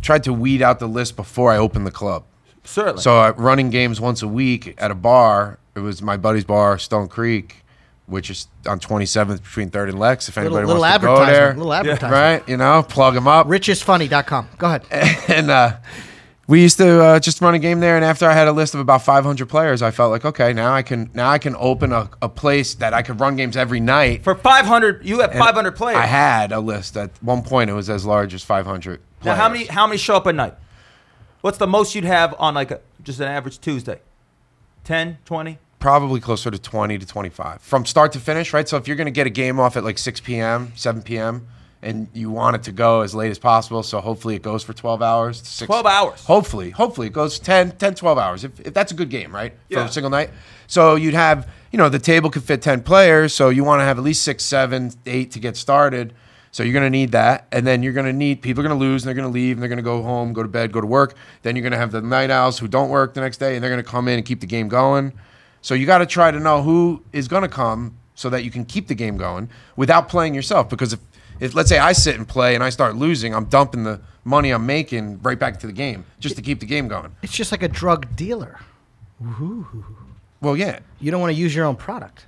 Speaker 5: tried to weed out the list before I opened the club.
Speaker 3: Certainly.
Speaker 5: So uh, running games once a week at a bar. It was my buddy's bar, Stone Creek, which is on 27th between Third and Lex. If
Speaker 4: Little,
Speaker 5: anybody
Speaker 4: little
Speaker 5: wants to go
Speaker 4: advertisement.
Speaker 5: there,
Speaker 4: Little advertisement.
Speaker 5: right? You know, plug them up.
Speaker 4: Richisfunny.com. Go ahead.
Speaker 5: And uh, we used to uh, just run a game there. And after I had a list of about 500 players, I felt like, okay, now I can now I can open a, a place that I could run games every night.
Speaker 3: for 500, you have
Speaker 5: And
Speaker 3: 500 players.
Speaker 5: I had a list at one point. It was as large as 500.
Speaker 3: Now, how many
Speaker 5: players.
Speaker 3: how many show up a night? What's the most you'd have on like a, just an average Tuesday? 10, 20?
Speaker 5: probably closer to 20 to 25 from start to finish, right? So if you're going to get a game off at like 6 p.m., 7 p.m., and you want it to go as late as possible, so hopefully it goes for 12 hours. to Six,
Speaker 3: 12 hours.
Speaker 5: Hopefully, hopefully it goes 10, 10, 12 hours. If, if that's a good game, right? For
Speaker 3: Yeah.
Speaker 5: a single night. So you'd have, you know, the table could fit 10 players, so you want to have at least six, seven, eight to get started. So you're going to need that, and then you're going to need people are going to lose, and they're going to leave, and they're going to go home, go to bed, go to work. Then you're going to have the night owls who don't work the next day, and they're going to come in and keep the game going. So you got to try to know who is going to come so that you can keep the game going without playing yourself. Because if, if let's say I sit and play and I start losing, I'm dumping the money I'm making right back to the game just to keep the game going.
Speaker 4: It's just like a drug dealer.
Speaker 5: Well, yeah,
Speaker 4: You don't want to use your own product,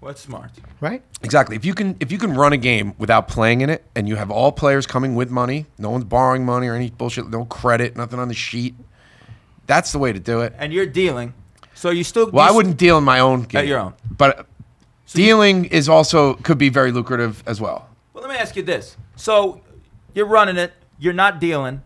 Speaker 3: What's smart?
Speaker 4: right?
Speaker 5: Exactly. If you can if you can run a game without playing in it and you have all players coming with money, no one's borrowing money or any bullshit, no credit, nothing on the sheet. That's the way to do it.
Speaker 3: And you're dealing. So you still
Speaker 5: Well,
Speaker 3: you
Speaker 5: I
Speaker 3: s-
Speaker 5: wouldn't deal in my own game.
Speaker 3: your own.
Speaker 5: But dealing is also could be very lucrative as well.
Speaker 3: Well, let me ask you this. So you're running it, you're not dealing.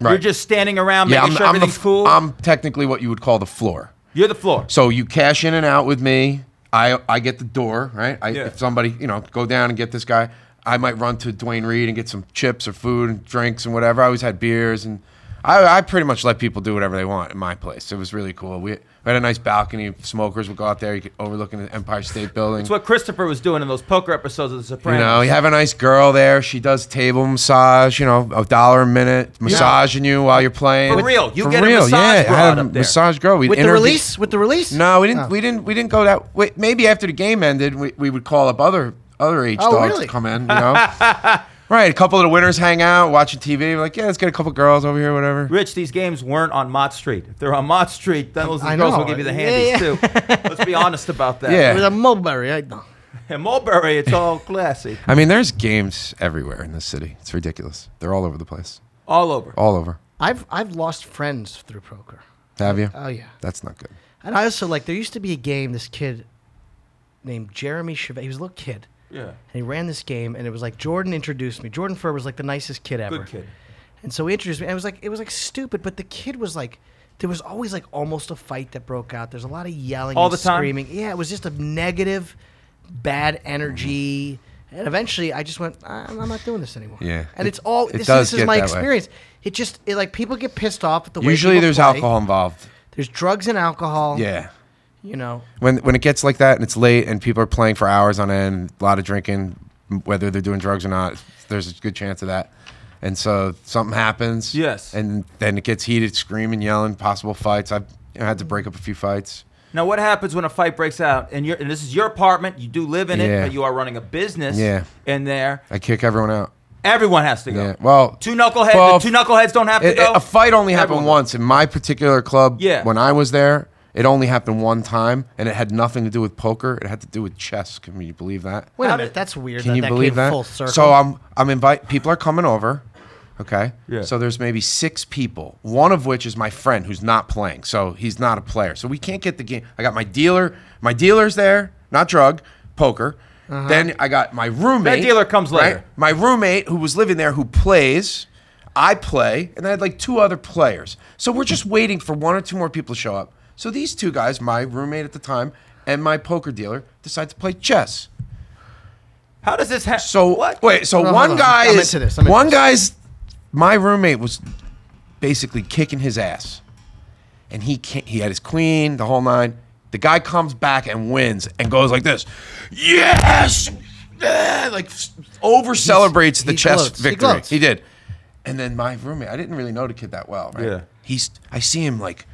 Speaker 3: You're
Speaker 5: Right.
Speaker 3: just standing around making sure
Speaker 5: the
Speaker 3: everything's
Speaker 5: f-
Speaker 3: cool.
Speaker 5: I'm technically what you would call the floor.
Speaker 3: you're the floor.
Speaker 5: So you cash in and out with me. I I get the door, right? I,
Speaker 3: Yeah.
Speaker 5: If somebody, you know, go down and get this guy, I might run to Dwayne Reed and get some chips or food and drinks and whatever. I always had beers and I, I pretty much let people do whatever they want in my place. It was really cool. We, we had a nice balcony. Smokers would go out there. You could overlooking the Empire State Building.
Speaker 3: That's what Christopher was doing in those poker episodes of The
Speaker 5: You
Speaker 3: Sopranos.
Speaker 5: know, you have a nice girl there. She does table massage. You know, a dollar a minute massaging you while you're playing.
Speaker 3: For real, you
Speaker 5: For
Speaker 3: get a
Speaker 5: real,
Speaker 3: massage
Speaker 5: yeah. I
Speaker 3: broad
Speaker 5: had a
Speaker 3: up there.
Speaker 5: massage girl. We'd
Speaker 4: With the
Speaker 5: interview-
Speaker 4: release? With the release?
Speaker 5: No, we didn't.
Speaker 4: Oh.
Speaker 5: We didn't. We didn't go that. Wait, maybe after the game ended, we, we would call up other other age
Speaker 4: Oh,
Speaker 5: dogs
Speaker 4: really?
Speaker 5: to come in. You know, right? A couple of the winners hang out, watching TV. We're like, yeah, let's get a couple girls over here, whatever.
Speaker 3: Rich, these games weren't on Mott Street. If they're on Mott Street, then those
Speaker 4: I
Speaker 3: girls will
Speaker 4: know.
Speaker 3: give you the
Speaker 4: Yeah,
Speaker 3: handies
Speaker 4: yeah.
Speaker 3: too. Let's be honest about that.
Speaker 5: Yeah.
Speaker 4: With a mulberry. I know.
Speaker 3: In Mulberry, it's all classy.
Speaker 5: I mean, there's games everywhere in this city. It's ridiculous. They're all over the place.
Speaker 3: All over.
Speaker 5: All over.
Speaker 4: I've, I've lost friends through poker.
Speaker 5: Have you?
Speaker 4: Oh, yeah.
Speaker 5: That's not good.
Speaker 4: And I also like, there used to be a game this kid named Jeremy Chavez. He was a little kid.
Speaker 3: Yeah.
Speaker 4: And he ran this game, and it was like Jordan introduced me. Jordan Furr was like the nicest kid ever.
Speaker 3: Good kid.
Speaker 4: And so he introduced me. And it was like it was like stupid, but the kid was like there was always like almost a fight that broke out. There's a lot of yelling,
Speaker 3: All
Speaker 4: and
Speaker 3: the time?
Speaker 4: screaming. Yeah, it was just a negative, bad energy. And eventually, I just went. "Ah, I'm, I'm not doing this anymore.
Speaker 5: Yeah.
Speaker 4: and
Speaker 5: It-
Speaker 4: it's all.
Speaker 5: it
Speaker 4: This,
Speaker 5: does
Speaker 4: this is
Speaker 5: get
Speaker 4: my
Speaker 5: that way.
Speaker 4: experience. It just it, like people get pissed off at the way.
Speaker 5: Usually,
Speaker 4: people
Speaker 5: there's
Speaker 4: play.
Speaker 5: alcohol involved.
Speaker 4: There's drugs and alcohol.
Speaker 5: Yeah.
Speaker 4: you know.
Speaker 5: when when it gets like that and it's late and people are playing for hours on end, a lot of drinking, whether they're doing drugs or not, there's a good chance of that. And so something happens.
Speaker 3: Yes.
Speaker 5: And then it gets heated, screaming, yelling, possible fights. I've you know, had to break up a few fights.
Speaker 3: Now, what happens when a fight breaks out? And you're, and this is your apartment. You do live in it,
Speaker 5: Yeah.
Speaker 3: but you are running a business.
Speaker 5: Yeah.
Speaker 3: In there,
Speaker 5: I kick everyone out.
Speaker 3: everyone has to go.
Speaker 5: Yeah. Well,
Speaker 3: two knuckleheads.
Speaker 5: well,
Speaker 3: the two knuckleheads don't have to
Speaker 5: it- it-
Speaker 3: go.
Speaker 5: a fight only happened
Speaker 3: Everyone goes.
Speaker 5: once in my particular club
Speaker 3: Yeah.
Speaker 5: when I was there. It only happened one time, and it had nothing to do with poker. It had to do with chess. Can you believe that?
Speaker 4: Wait
Speaker 3: How
Speaker 4: a minute,
Speaker 3: did-
Speaker 4: that's weird.
Speaker 5: Can
Speaker 4: that
Speaker 5: you
Speaker 4: that
Speaker 5: believe
Speaker 4: came
Speaker 5: that?
Speaker 4: Full circle.
Speaker 5: So I'm I'm invite people are coming over. Okay.
Speaker 3: Yeah.
Speaker 5: So there's maybe six people, one of which is my friend who's not playing. So he's not a player. So we can't get the game. I got my dealer. My dealer's there, not drug, poker.
Speaker 4: Uh-huh.
Speaker 5: Then I got my roommate.
Speaker 3: dealer comes later.
Speaker 5: My roommate who was living there who plays. I play, and then I had like two other players. So we're just waiting for one or two more people to show up. So these two guys, my roommate at the time and my poker dealer, decide to play chess.
Speaker 3: How does this happen?
Speaker 5: So
Speaker 3: what?
Speaker 5: wait, so
Speaker 4: hold
Speaker 5: one
Speaker 4: on.
Speaker 5: guy
Speaker 4: I'm
Speaker 5: is
Speaker 4: into this. I'm into
Speaker 5: one
Speaker 4: this.
Speaker 5: guy's my roommate was basically kicking his ass. And he can't, he had his queen, the whole nine. The guy comes back and wins and goes like this. Yes! Yeah! Like over celebrates the
Speaker 4: he
Speaker 5: chess
Speaker 4: gloats. He
Speaker 5: victory.
Speaker 4: gloats.
Speaker 5: He, did. And then my roommate, I didn't really know the kid that well, right?
Speaker 3: Yeah.
Speaker 5: He's I see him like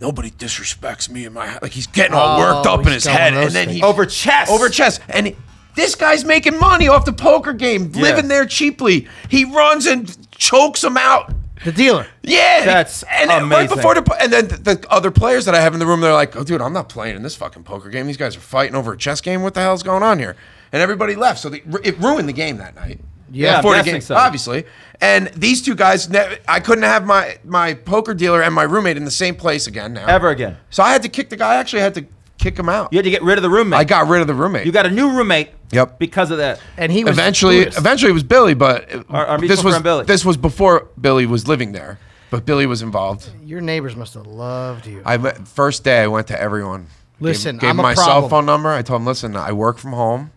Speaker 5: nobody disrespects me in my house. Like he's getting all worked
Speaker 4: Oh,
Speaker 5: up in
Speaker 4: he's
Speaker 5: his
Speaker 4: going
Speaker 5: head and
Speaker 4: roasting.
Speaker 5: then he
Speaker 3: Over chess.
Speaker 5: over chess. And he- this guy's making money off the poker game,
Speaker 3: Yeah.
Speaker 5: living there cheaply. He runs and chokes him out.
Speaker 4: the dealer.
Speaker 5: Yeah,
Speaker 3: That's
Speaker 5: and then right
Speaker 3: amazing.
Speaker 5: before the and then the, the other players that I have in the room, they're like, "Oh, dude, I'm not playing in this fucking poker game. These guys are fighting over a chess game. What the hell's going on here?" And everybody left, so they, it ruined the game that night.
Speaker 3: Yeah,
Speaker 5: before
Speaker 3: I'm
Speaker 5: the
Speaker 3: guessing
Speaker 5: game,
Speaker 3: so.
Speaker 5: obviously. And these two guys, ne- I couldn't have my my poker dealer and my roommate in the same place again now
Speaker 3: Ever again.
Speaker 5: So I had to kick the guy. I actually had to kick him out.
Speaker 3: You had to get rid of the roommate.
Speaker 5: I got rid of the roommate.
Speaker 3: You got a new roommate.
Speaker 5: Yep.
Speaker 3: Because of that.
Speaker 4: And he was
Speaker 5: eventually,
Speaker 4: Buddhist.
Speaker 5: eventually it was Billy, but it-
Speaker 3: Our- our
Speaker 5: this
Speaker 3: mutual
Speaker 5: was
Speaker 3: friend Billy.
Speaker 5: this was before Billy was living there. But Billy was involved.
Speaker 4: Your neighbors must have loved you.
Speaker 5: I went, first day I went to everyone.
Speaker 4: Listen,
Speaker 5: gave, gave
Speaker 4: I'm a
Speaker 5: my cell
Speaker 4: problem.
Speaker 5: phone number. I told him, listen, I work from home,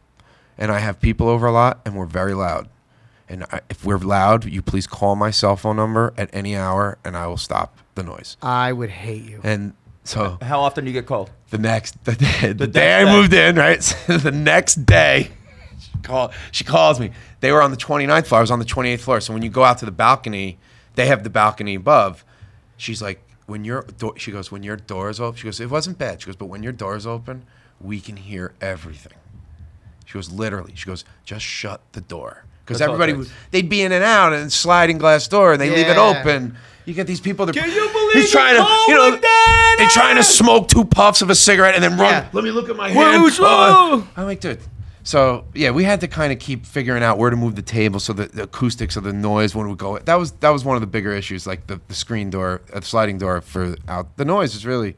Speaker 5: and I have people over a lot, and we're very loud. And I, if we're loud, you please call my cell phone number at any hour, and I will stop the noise.
Speaker 4: I would hate you.
Speaker 5: And so
Speaker 3: How often do you get called?
Speaker 5: the next the day, the day
Speaker 3: next
Speaker 5: I
Speaker 3: day.
Speaker 5: moved in, right? So the next day, she, call, she calls me. They were on the 29th floor. I was on the 28th floor. So when you go out to the balcony, they have the balcony above. She's like, when your door, she goes, when your door is open, she goes, it wasn't bad. She goes, but when your door is open, we can hear everything. She goes, literally. She goes, just shut the door. Because
Speaker 3: That's all it
Speaker 5: everybody,
Speaker 3: takes.
Speaker 5: would- they'd be in and out and sliding glass door and they leave it
Speaker 4: Yeah.
Speaker 5: open. You get these people that
Speaker 3: Can you believe
Speaker 5: he's trying
Speaker 3: it,
Speaker 5: to, you know,
Speaker 3: Cold Dead?
Speaker 5: they're trying to smoke two puffs of a cigarette and then run.
Speaker 4: Yeah.
Speaker 5: Let me look at my
Speaker 3: Whoa,
Speaker 5: hand. Oh,
Speaker 3: whoa.
Speaker 5: I'm like, dude. So yeah, we had to kind of keep figuring out where to move the table so that the acoustics of the noise when we go. That was that was one of the bigger issues, like the, the screen door, uh, sliding door for out. The noise is really.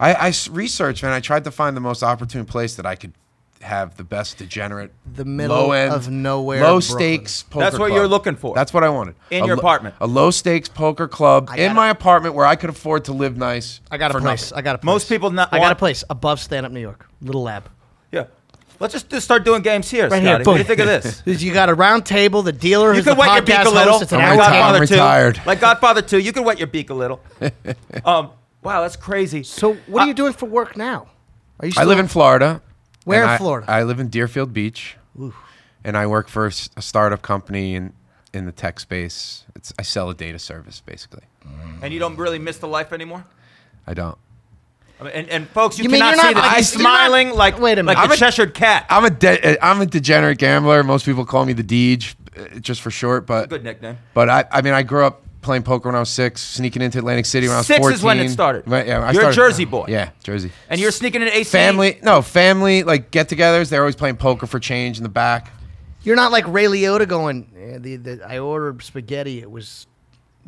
Speaker 5: I, I s- researched man. I tried to find the most opportune place that I could have the best degenerate,
Speaker 4: The middle
Speaker 5: low-end,
Speaker 4: of nowhere
Speaker 5: low
Speaker 4: Brooklyn.
Speaker 5: stakes. Poker
Speaker 3: That's what
Speaker 5: club.
Speaker 3: you're looking for.
Speaker 5: That's what I wanted
Speaker 3: In your apartment.
Speaker 5: a low stakes poker club
Speaker 4: I
Speaker 5: in
Speaker 4: gotta-
Speaker 5: my apartment where I could afford to live nice.
Speaker 4: I got a
Speaker 5: for
Speaker 4: place.
Speaker 5: nothing.
Speaker 4: I got a place.
Speaker 3: Most people not
Speaker 4: I got a
Speaker 3: want-
Speaker 4: place above stand up New York. Little lab.
Speaker 3: Yeah. Let's just do- start doing games here,
Speaker 4: Right
Speaker 3: Scotty.
Speaker 4: here.
Speaker 3: what do you
Speaker 4: boom.
Speaker 3: think of this?
Speaker 4: You got a round table, the dealer
Speaker 3: You
Speaker 4: who's the
Speaker 3: can wet your
Speaker 4: podcast
Speaker 3: beak a
Speaker 4: host.
Speaker 3: little.
Speaker 4: It's an
Speaker 5: I'm
Speaker 4: hour
Speaker 5: retired.
Speaker 4: table.
Speaker 5: I'm
Speaker 3: Godfather two.
Speaker 5: retired.
Speaker 3: Like Godfather 2, you can wet your beak a little. Um, wow, that's crazy. Uh,
Speaker 4: So what are you doing for work now? Are you
Speaker 5: I
Speaker 4: still
Speaker 5: live in Florida.
Speaker 4: Where
Speaker 5: and
Speaker 4: in
Speaker 5: I-
Speaker 4: Florida?
Speaker 5: I live in Deerfield Beach, and I work for a s- a startup company in in the tech space. It's I sell a data service basically.
Speaker 3: and you don't really miss the life anymore?
Speaker 5: I don't.
Speaker 3: I mean, and, and folks, you,
Speaker 4: You mean
Speaker 3: cannot
Speaker 4: you're
Speaker 3: see
Speaker 4: not-
Speaker 3: that
Speaker 4: I-
Speaker 3: he's
Speaker 4: you're not-
Speaker 3: smiling like,
Speaker 4: Wait a minute.
Speaker 3: like
Speaker 5: I'm
Speaker 3: a
Speaker 5: a-
Speaker 3: Cheshired cat.
Speaker 5: I'm a de- uh, I'm a degenerate gambler. Most people call me the Deej, uh, just for short. But
Speaker 3: Good nickname.
Speaker 5: But I I mean I grew up playing poker when I was six, sneaking into Atlantic City when I was
Speaker 3: Six
Speaker 5: 14.
Speaker 3: is when it started.
Speaker 5: Right, yeah, I
Speaker 3: You're a
Speaker 5: started-
Speaker 3: Jersey boy.
Speaker 5: Yeah, Jersey.
Speaker 3: and you're sneaking in AC.
Speaker 5: Family, no family, like get-togethers. They're always playing poker for change in the back.
Speaker 4: You're not like Ray Liotta going. eh, the, the, I ordered spaghetti. It was,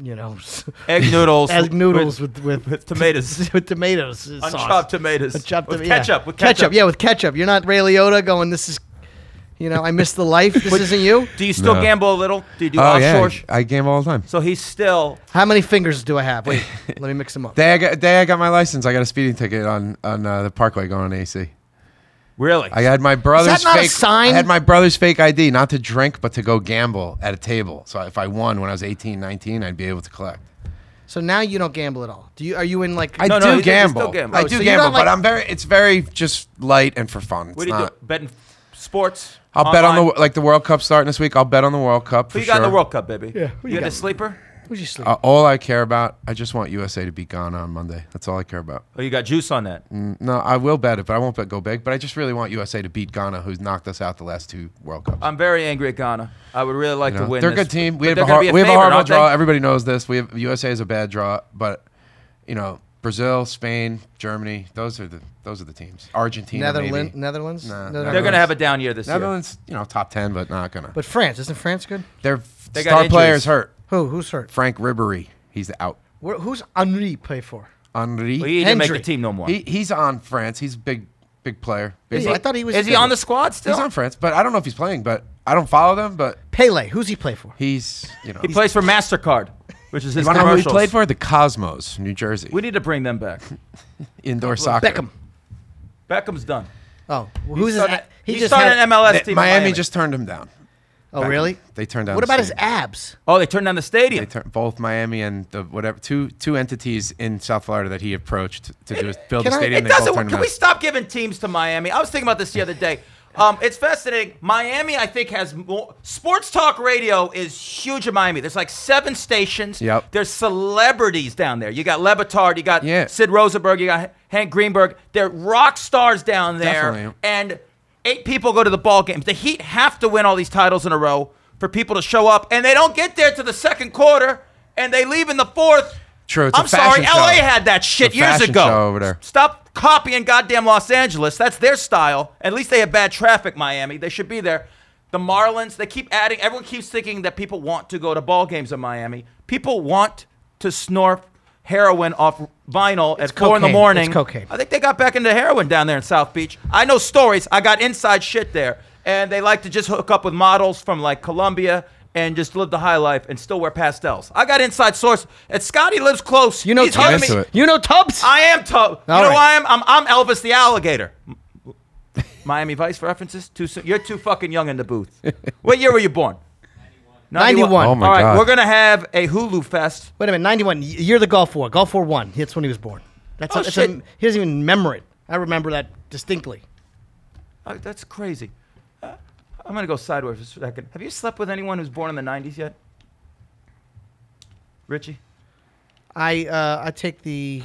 Speaker 4: you know,
Speaker 3: Egg noodles.
Speaker 4: egg noodles with with,
Speaker 3: with tomatoes.
Speaker 4: with tomatoes. uh,
Speaker 3: Unchopped
Speaker 4: sauce.
Speaker 3: tomatoes.
Speaker 4: Unchopped
Speaker 3: with
Speaker 4: tomato- yeah.
Speaker 3: ketchup. With ketchup.
Speaker 4: Yeah, with ketchup. You're not Ray Liotta going. This is, you know, I missed the life. This isn't you.
Speaker 3: Do you still
Speaker 5: No.
Speaker 3: gamble a little? Do you do offshore?
Speaker 5: Oh, I game all the time.
Speaker 3: So he's still
Speaker 4: How many fingers do I have? Wait, let me mix them up.
Speaker 5: Day I got day I got my license. I got a speeding ticket on on uh, the Parkway going on AC.
Speaker 3: really.
Speaker 5: I had my brother's
Speaker 4: not a
Speaker 5: fake
Speaker 4: sign?
Speaker 5: I had my brother's fake ID, not to drink, but to go gamble at a table. So if I won when I was 18, 19, I'd be able to collect.
Speaker 4: So now you don't gamble at all. Do you? Are you in like?
Speaker 5: I
Speaker 3: No, no,
Speaker 5: do
Speaker 3: you- you still
Speaker 5: gamble.
Speaker 3: gamble.
Speaker 5: I
Speaker 3: Oh,
Speaker 5: do
Speaker 4: so you
Speaker 5: gamble,
Speaker 4: don't like-
Speaker 5: but I'm very. It's very just light and for fun. It's
Speaker 3: what do you
Speaker 5: not.
Speaker 3: do? Betting sports.
Speaker 5: I'll bet on
Speaker 3: online?
Speaker 5: the like the World Cup starting this week. I'll bet on the World Cup.
Speaker 3: Who
Speaker 5: for
Speaker 3: you got in the
Speaker 5: sure.
Speaker 3: World Cup, baby?
Speaker 4: Yeah, who
Speaker 3: You,
Speaker 4: you
Speaker 3: got a
Speaker 4: got?
Speaker 3: sleeper?
Speaker 4: Would you sleep?
Speaker 5: Uh, all I care about, I just want USA to beat Ghana on Monday. That's all I care about.
Speaker 3: Oh, you got juice on that.
Speaker 5: No, I will bet it, but I won't bet go big. But I just really want USA to beat Ghana, who's knocked us out the last two World Cups.
Speaker 3: I'm very angry at Ghana. I would really like
Speaker 5: You
Speaker 3: to
Speaker 5: know,
Speaker 3: win.
Speaker 5: they're a
Speaker 3: this,
Speaker 5: good team.
Speaker 3: but
Speaker 5: We have
Speaker 3: they're
Speaker 5: a,
Speaker 3: gonna
Speaker 5: hor-
Speaker 3: be
Speaker 5: we have a
Speaker 3: favorite,
Speaker 5: horrible
Speaker 3: aren't they?
Speaker 5: draw. Everybody knows this. We have USA is a bad draw, but you know Brazil, Spain, Germany. Those are the those are the teams. Argentina,
Speaker 4: Netherlands.
Speaker 5: maybe.
Speaker 4: Netherlands.
Speaker 5: Nah,
Speaker 4: Netherlands?
Speaker 3: They're gonna have a down year this year.
Speaker 5: Netherlands, you know, top ten, but not gonna.
Speaker 4: But France isn't France good?
Speaker 5: Their
Speaker 3: They got
Speaker 5: star
Speaker 3: injuries.
Speaker 5: players hurt.
Speaker 4: Who? Who's hurt?
Speaker 5: Frank Ribery, he's out.
Speaker 4: Where, who's Henri play for?
Speaker 5: Henri,
Speaker 3: Well, he didn't make the
Speaker 4: Hendry.
Speaker 3: team no more.
Speaker 5: he, he's on France. He's a big big player. Big
Speaker 4: Is
Speaker 5: player.
Speaker 4: I thought he was.
Speaker 3: Is he on the squad still?
Speaker 5: he's on France, but I don't know if he's playing. But I don't follow them. But
Speaker 4: Pele? Who's he play for?
Speaker 5: he's you know.
Speaker 3: He plays for Mastercard, which is his
Speaker 5: you wanna know who he
Speaker 3: commercials.
Speaker 5: played for? The Cosmos, New Jersey.
Speaker 3: We need to bring them back.
Speaker 5: Indoor soccer.
Speaker 4: Beckham.
Speaker 3: Beckham's done.
Speaker 4: Oh, who's his?
Speaker 3: started,
Speaker 4: a-
Speaker 3: he
Speaker 4: just
Speaker 3: started
Speaker 4: had-
Speaker 3: an MLS
Speaker 5: They-
Speaker 3: team. in
Speaker 5: Miami, just turned him down.
Speaker 4: Oh, really?
Speaker 5: They turned down.
Speaker 4: What
Speaker 5: the
Speaker 4: about his
Speaker 5: stadium.
Speaker 4: abs?
Speaker 3: Oh, they turned down the stadium.
Speaker 5: They turned both Miami and the whatever two two entities in South Florida that he approached to do build
Speaker 4: Can
Speaker 5: the
Speaker 4: I-
Speaker 5: stadium.
Speaker 3: it
Speaker 5: they both
Speaker 3: doesn't.
Speaker 5: turned him
Speaker 3: Can we
Speaker 5: down.
Speaker 3: stop giving teams to Miami? I was thinking about this the other day. Um, it's fascinating. Miami, I think, has more. Sports talk radio is huge in Miami. There's like seven stations.
Speaker 5: Yep.
Speaker 3: There's celebrities down there. You got Levitard, you got
Speaker 5: Yeah.
Speaker 3: Sid Rosenberg, you got Hank Greenberg. They're rock stars down there.
Speaker 5: Definitely.
Speaker 3: And eight people go to the ball games. The Heat have to win all these titles in a row for people to show up, and they don't get there to the second quarter, and they leave in the fourth.
Speaker 5: True, it's a
Speaker 3: I'm sorry,
Speaker 5: fashion show.
Speaker 3: LA had that shit
Speaker 5: It's a
Speaker 3: years
Speaker 5: fashion
Speaker 3: ago.
Speaker 5: show over there.
Speaker 3: Stop copying goddamn Los Angeles. That's their style. At least they have bad traffic, Miami. They should be there. The Marlins, they keep adding. Everyone keeps thinking that people want to go to ball games in Miami. People want to snort heroin off vinyl at four in the
Speaker 4: cocaine.
Speaker 3: morning.
Speaker 4: It's cocaine.
Speaker 3: I think they got back into heroin down there in South Beach. I know stories. I got inside shit there, and they like to just hook up with models from like Colombia and just live the high life and still wear pastels. I got inside source. And Scotty lives close.
Speaker 4: You know
Speaker 3: He's heard
Speaker 4: Tubbs.
Speaker 5: into
Speaker 3: me.
Speaker 5: it.
Speaker 4: You know Tubbs.
Speaker 3: I am Tub. You
Speaker 4: All
Speaker 3: know
Speaker 4: right.
Speaker 3: who I am? I'm, I'm Elvis the alligator. Miami Vice references? Too soon. You're too fucking young in the booth. what year were you born?
Speaker 4: 91. Oh
Speaker 5: my
Speaker 3: All right,
Speaker 5: God.
Speaker 3: we're gonna have a Hulu fest.
Speaker 4: Wait a minute, 91. y- You're the Gulf War. Gulf War One. That's when he was born. That's,
Speaker 3: Oh,
Speaker 4: a, that's
Speaker 3: shit.
Speaker 4: A, he doesn't even remember it. I remember that distinctly.
Speaker 3: Oh, that's crazy. Uh, I'm gonna go sideways for a second. Have you slept with anyone who's born in the '90s yet, Richie?
Speaker 4: I uh, I take the.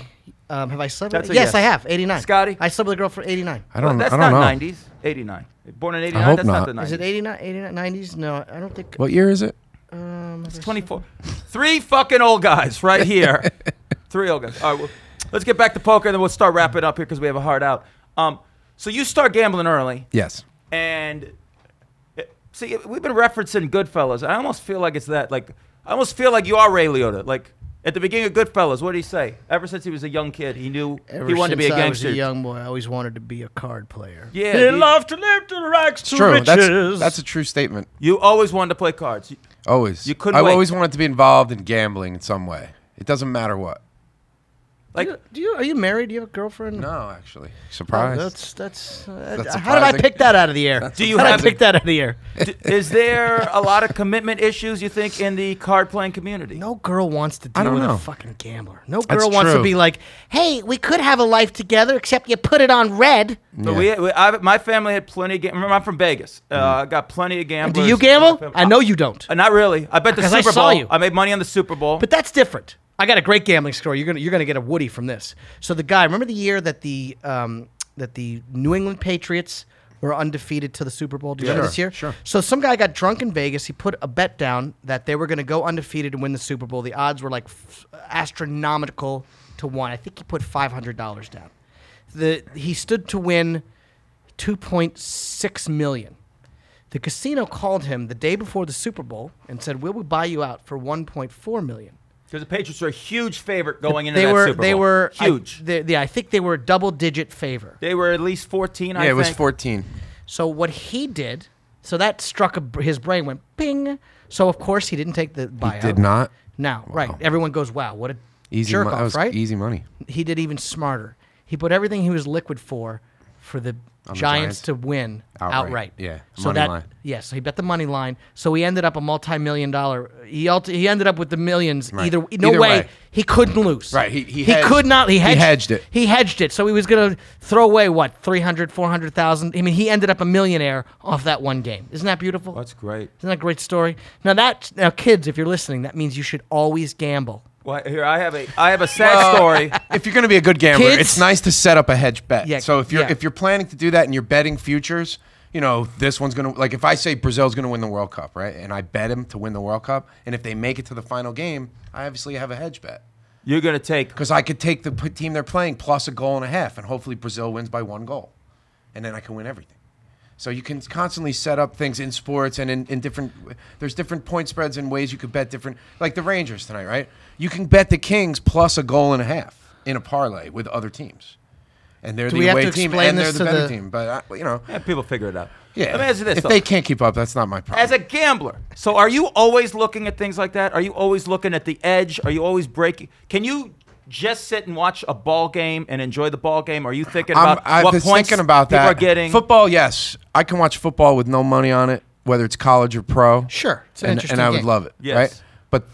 Speaker 4: Um, have I slept?
Speaker 3: That's
Speaker 4: with
Speaker 3: a
Speaker 4: yes,
Speaker 3: yes.
Speaker 4: I have. 89.
Speaker 3: Scotty?
Speaker 4: I slept with a girl for 89.
Speaker 5: I don't.
Speaker 3: that's
Speaker 5: I don't
Speaker 3: not
Speaker 5: know.
Speaker 3: 90s. 89. Born in 89.
Speaker 5: hope
Speaker 3: that's
Speaker 5: not.
Speaker 3: the 90s.
Speaker 4: Is it 89? 89? 90s? No, I don't think.
Speaker 5: What year is it?
Speaker 4: Um,
Speaker 3: It's 24. Three fucking old guys right here. Three old guys. All right, well, let's get back to poker and then we'll start wrapping up here because we have a hard out. Um, so you start gambling early,
Speaker 5: Yes.
Speaker 3: and it, see, we've been referencing Goodfellas. I almost feel like it's that. Like, I almost feel like you are Ray Liotta. Like at the beginning of Goodfellas, what did he say? Ever since he was a young kid, he knew
Speaker 4: ever
Speaker 3: he wanted to be a
Speaker 4: since I
Speaker 3: gangster.
Speaker 4: was a young boy. I always wanted to be a card player.
Speaker 3: yeah, dude.
Speaker 4: to live to the rags
Speaker 5: It's true. That's that's a true statement.
Speaker 3: you always wanted to play cards.
Speaker 5: Always.
Speaker 3: You couldn't
Speaker 5: I
Speaker 3: wait.
Speaker 5: always wanted to be involved in gambling in some way. It doesn't matter what.
Speaker 3: Like,
Speaker 4: Uh, do you are you married? Do you have a girlfriend?
Speaker 5: No, actually.
Speaker 4: Oh,
Speaker 5: Surprise.
Speaker 4: that's that's. Uh,
Speaker 5: That's
Speaker 4: how did I
Speaker 5: surprising.
Speaker 4: pick that out of the air?
Speaker 3: Do you
Speaker 4: how did
Speaker 3: have-
Speaker 4: I pick that out of the air?
Speaker 3: d- is there a lot of commitment issues you think in the card playing community?
Speaker 4: No girl wants to
Speaker 5: I
Speaker 4: deal
Speaker 5: don't
Speaker 4: with
Speaker 5: know.
Speaker 4: a fucking gambler. No
Speaker 5: That's
Speaker 4: girl wants
Speaker 5: true.
Speaker 4: to be like, hey, we could have a life together, except you put it on red.
Speaker 3: But
Speaker 5: Yeah.
Speaker 3: we, we I, my family had plenty of. Ga- Remember, I'm from Vegas. Uh, I got plenty of gamblers.
Speaker 4: Mm-hmm. Do you
Speaker 3: Uh,
Speaker 4: gamble? I know you don't.
Speaker 3: Uh, not really. I bet the
Speaker 4: 'Cause
Speaker 3: Super
Speaker 4: I saw
Speaker 3: Bowl.
Speaker 4: you.
Speaker 3: I made money on the Super Bowl.
Speaker 4: But that's different. I got a great gambling story. You're gonna you're gonna get a Woody from this. So the guy, remember the year that the um, that the New England Patriots were undefeated to the Super Bowl. Do you remember
Speaker 5: Sure,
Speaker 4: this year?
Speaker 5: sure.
Speaker 4: So some guy got drunk in Vegas. He put a bet down that they were gonna go undefeated and win the Super Bowl. The odds were like f- astronomical to one. I think he put five hundred dollars down. The he stood to win two point six million. The casino called him the day before the Super Bowl and said, "Will we buy you out for 1.4 million?"
Speaker 3: Because the Patriots are a huge favorite going into
Speaker 4: they
Speaker 3: that
Speaker 4: were
Speaker 3: Super Bowl.
Speaker 4: they were I-
Speaker 3: huge.
Speaker 4: they, yeah, I think they were a double digit favor.
Speaker 3: they were at least 14. I
Speaker 5: yeah, it was
Speaker 3: think.
Speaker 5: 14.
Speaker 4: So what he did, so that struck a, br- his brain went ping. So of course he didn't take the buyout.
Speaker 5: Did not.
Speaker 4: Now, right? Everyone goes, "Wow, what a
Speaker 5: Easy
Speaker 4: jerk
Speaker 5: mo- that
Speaker 4: off!"
Speaker 5: was
Speaker 4: Right?
Speaker 5: easy money.
Speaker 4: He did even smarter. He put everything he was liquid for for the
Speaker 5: On the
Speaker 4: Giants,
Speaker 5: Giants?
Speaker 4: to win
Speaker 5: Outright,
Speaker 4: outright.
Speaker 5: yeah,
Speaker 4: So
Speaker 5: money
Speaker 4: that
Speaker 5: line.
Speaker 4: yeah, so he bet the money line. So he ended up a multi-million dollar. He alt- he ended up with the millions.
Speaker 5: Right.
Speaker 4: Either no
Speaker 5: Either
Speaker 4: way,
Speaker 5: way.
Speaker 4: he couldn't lose.
Speaker 5: Right, he- he
Speaker 4: he
Speaker 5: hedged-
Speaker 4: could not. He
Speaker 5: he
Speaker 4: hedged,
Speaker 5: hedged it.
Speaker 4: He hedged it. So he was going to throw away what 300, 400,000. I mean, he ended up a millionaire off that one game. Isn't that beautiful?
Speaker 3: That's great.
Speaker 4: Isn't that a great story? Now that now kids, if you're listening, that means you should always gamble.
Speaker 3: Well, here I have a I have a sad story.
Speaker 5: If you're going to be a good gambler,
Speaker 4: Kids-
Speaker 5: it's nice to set up a hedge bet.
Speaker 4: Yeah,
Speaker 5: so if you're
Speaker 4: yeah.
Speaker 5: if you're planning to do that and you're betting futures, you know this one's going to like if I say Brazil's going to win the World Cup, right? And I bet him to win the World Cup, and if they make it to the final game, I obviously have a hedge bet.
Speaker 3: You're gonna take.
Speaker 5: because I could take the p- team they're playing plus a goal and a half, and hopefully Brazil wins by one goal, and then I can win everything. So you can constantly set up things in sports and in, in different. There's different point spreads and ways you could bet different. Like the Rangers tonight, right? You can bet the Kings plus a goal and a half in a parlay with other teams, and they're
Speaker 4: Do we
Speaker 5: the
Speaker 4: have
Speaker 5: away
Speaker 4: to
Speaker 5: team
Speaker 4: explain
Speaker 5: and they're
Speaker 4: this to
Speaker 5: the better
Speaker 4: the-
Speaker 5: team. But I, you know,
Speaker 3: Yeah, people figure it out.
Speaker 5: yeah.
Speaker 3: Let me ask you this.
Speaker 5: if
Speaker 3: though.
Speaker 5: they can't keep up, that's not my problem.
Speaker 3: As a gambler, so are you always looking at things like that? Are you always looking at the edge? Are you always breaking? Can you just sit and watch a ball game and enjoy the ball game? Are you thinking
Speaker 5: I'm,
Speaker 3: about
Speaker 5: I
Speaker 3: what
Speaker 5: was
Speaker 3: points
Speaker 5: thinking about
Speaker 3: people
Speaker 5: that.
Speaker 3: are getting?
Speaker 5: football. Yes, I can watch football with no money on it, whether it's college or pro.
Speaker 4: Sure. It's an
Speaker 5: and,
Speaker 4: interesting
Speaker 5: and I would
Speaker 4: game.
Speaker 5: love it.
Speaker 3: Yes.
Speaker 5: right? but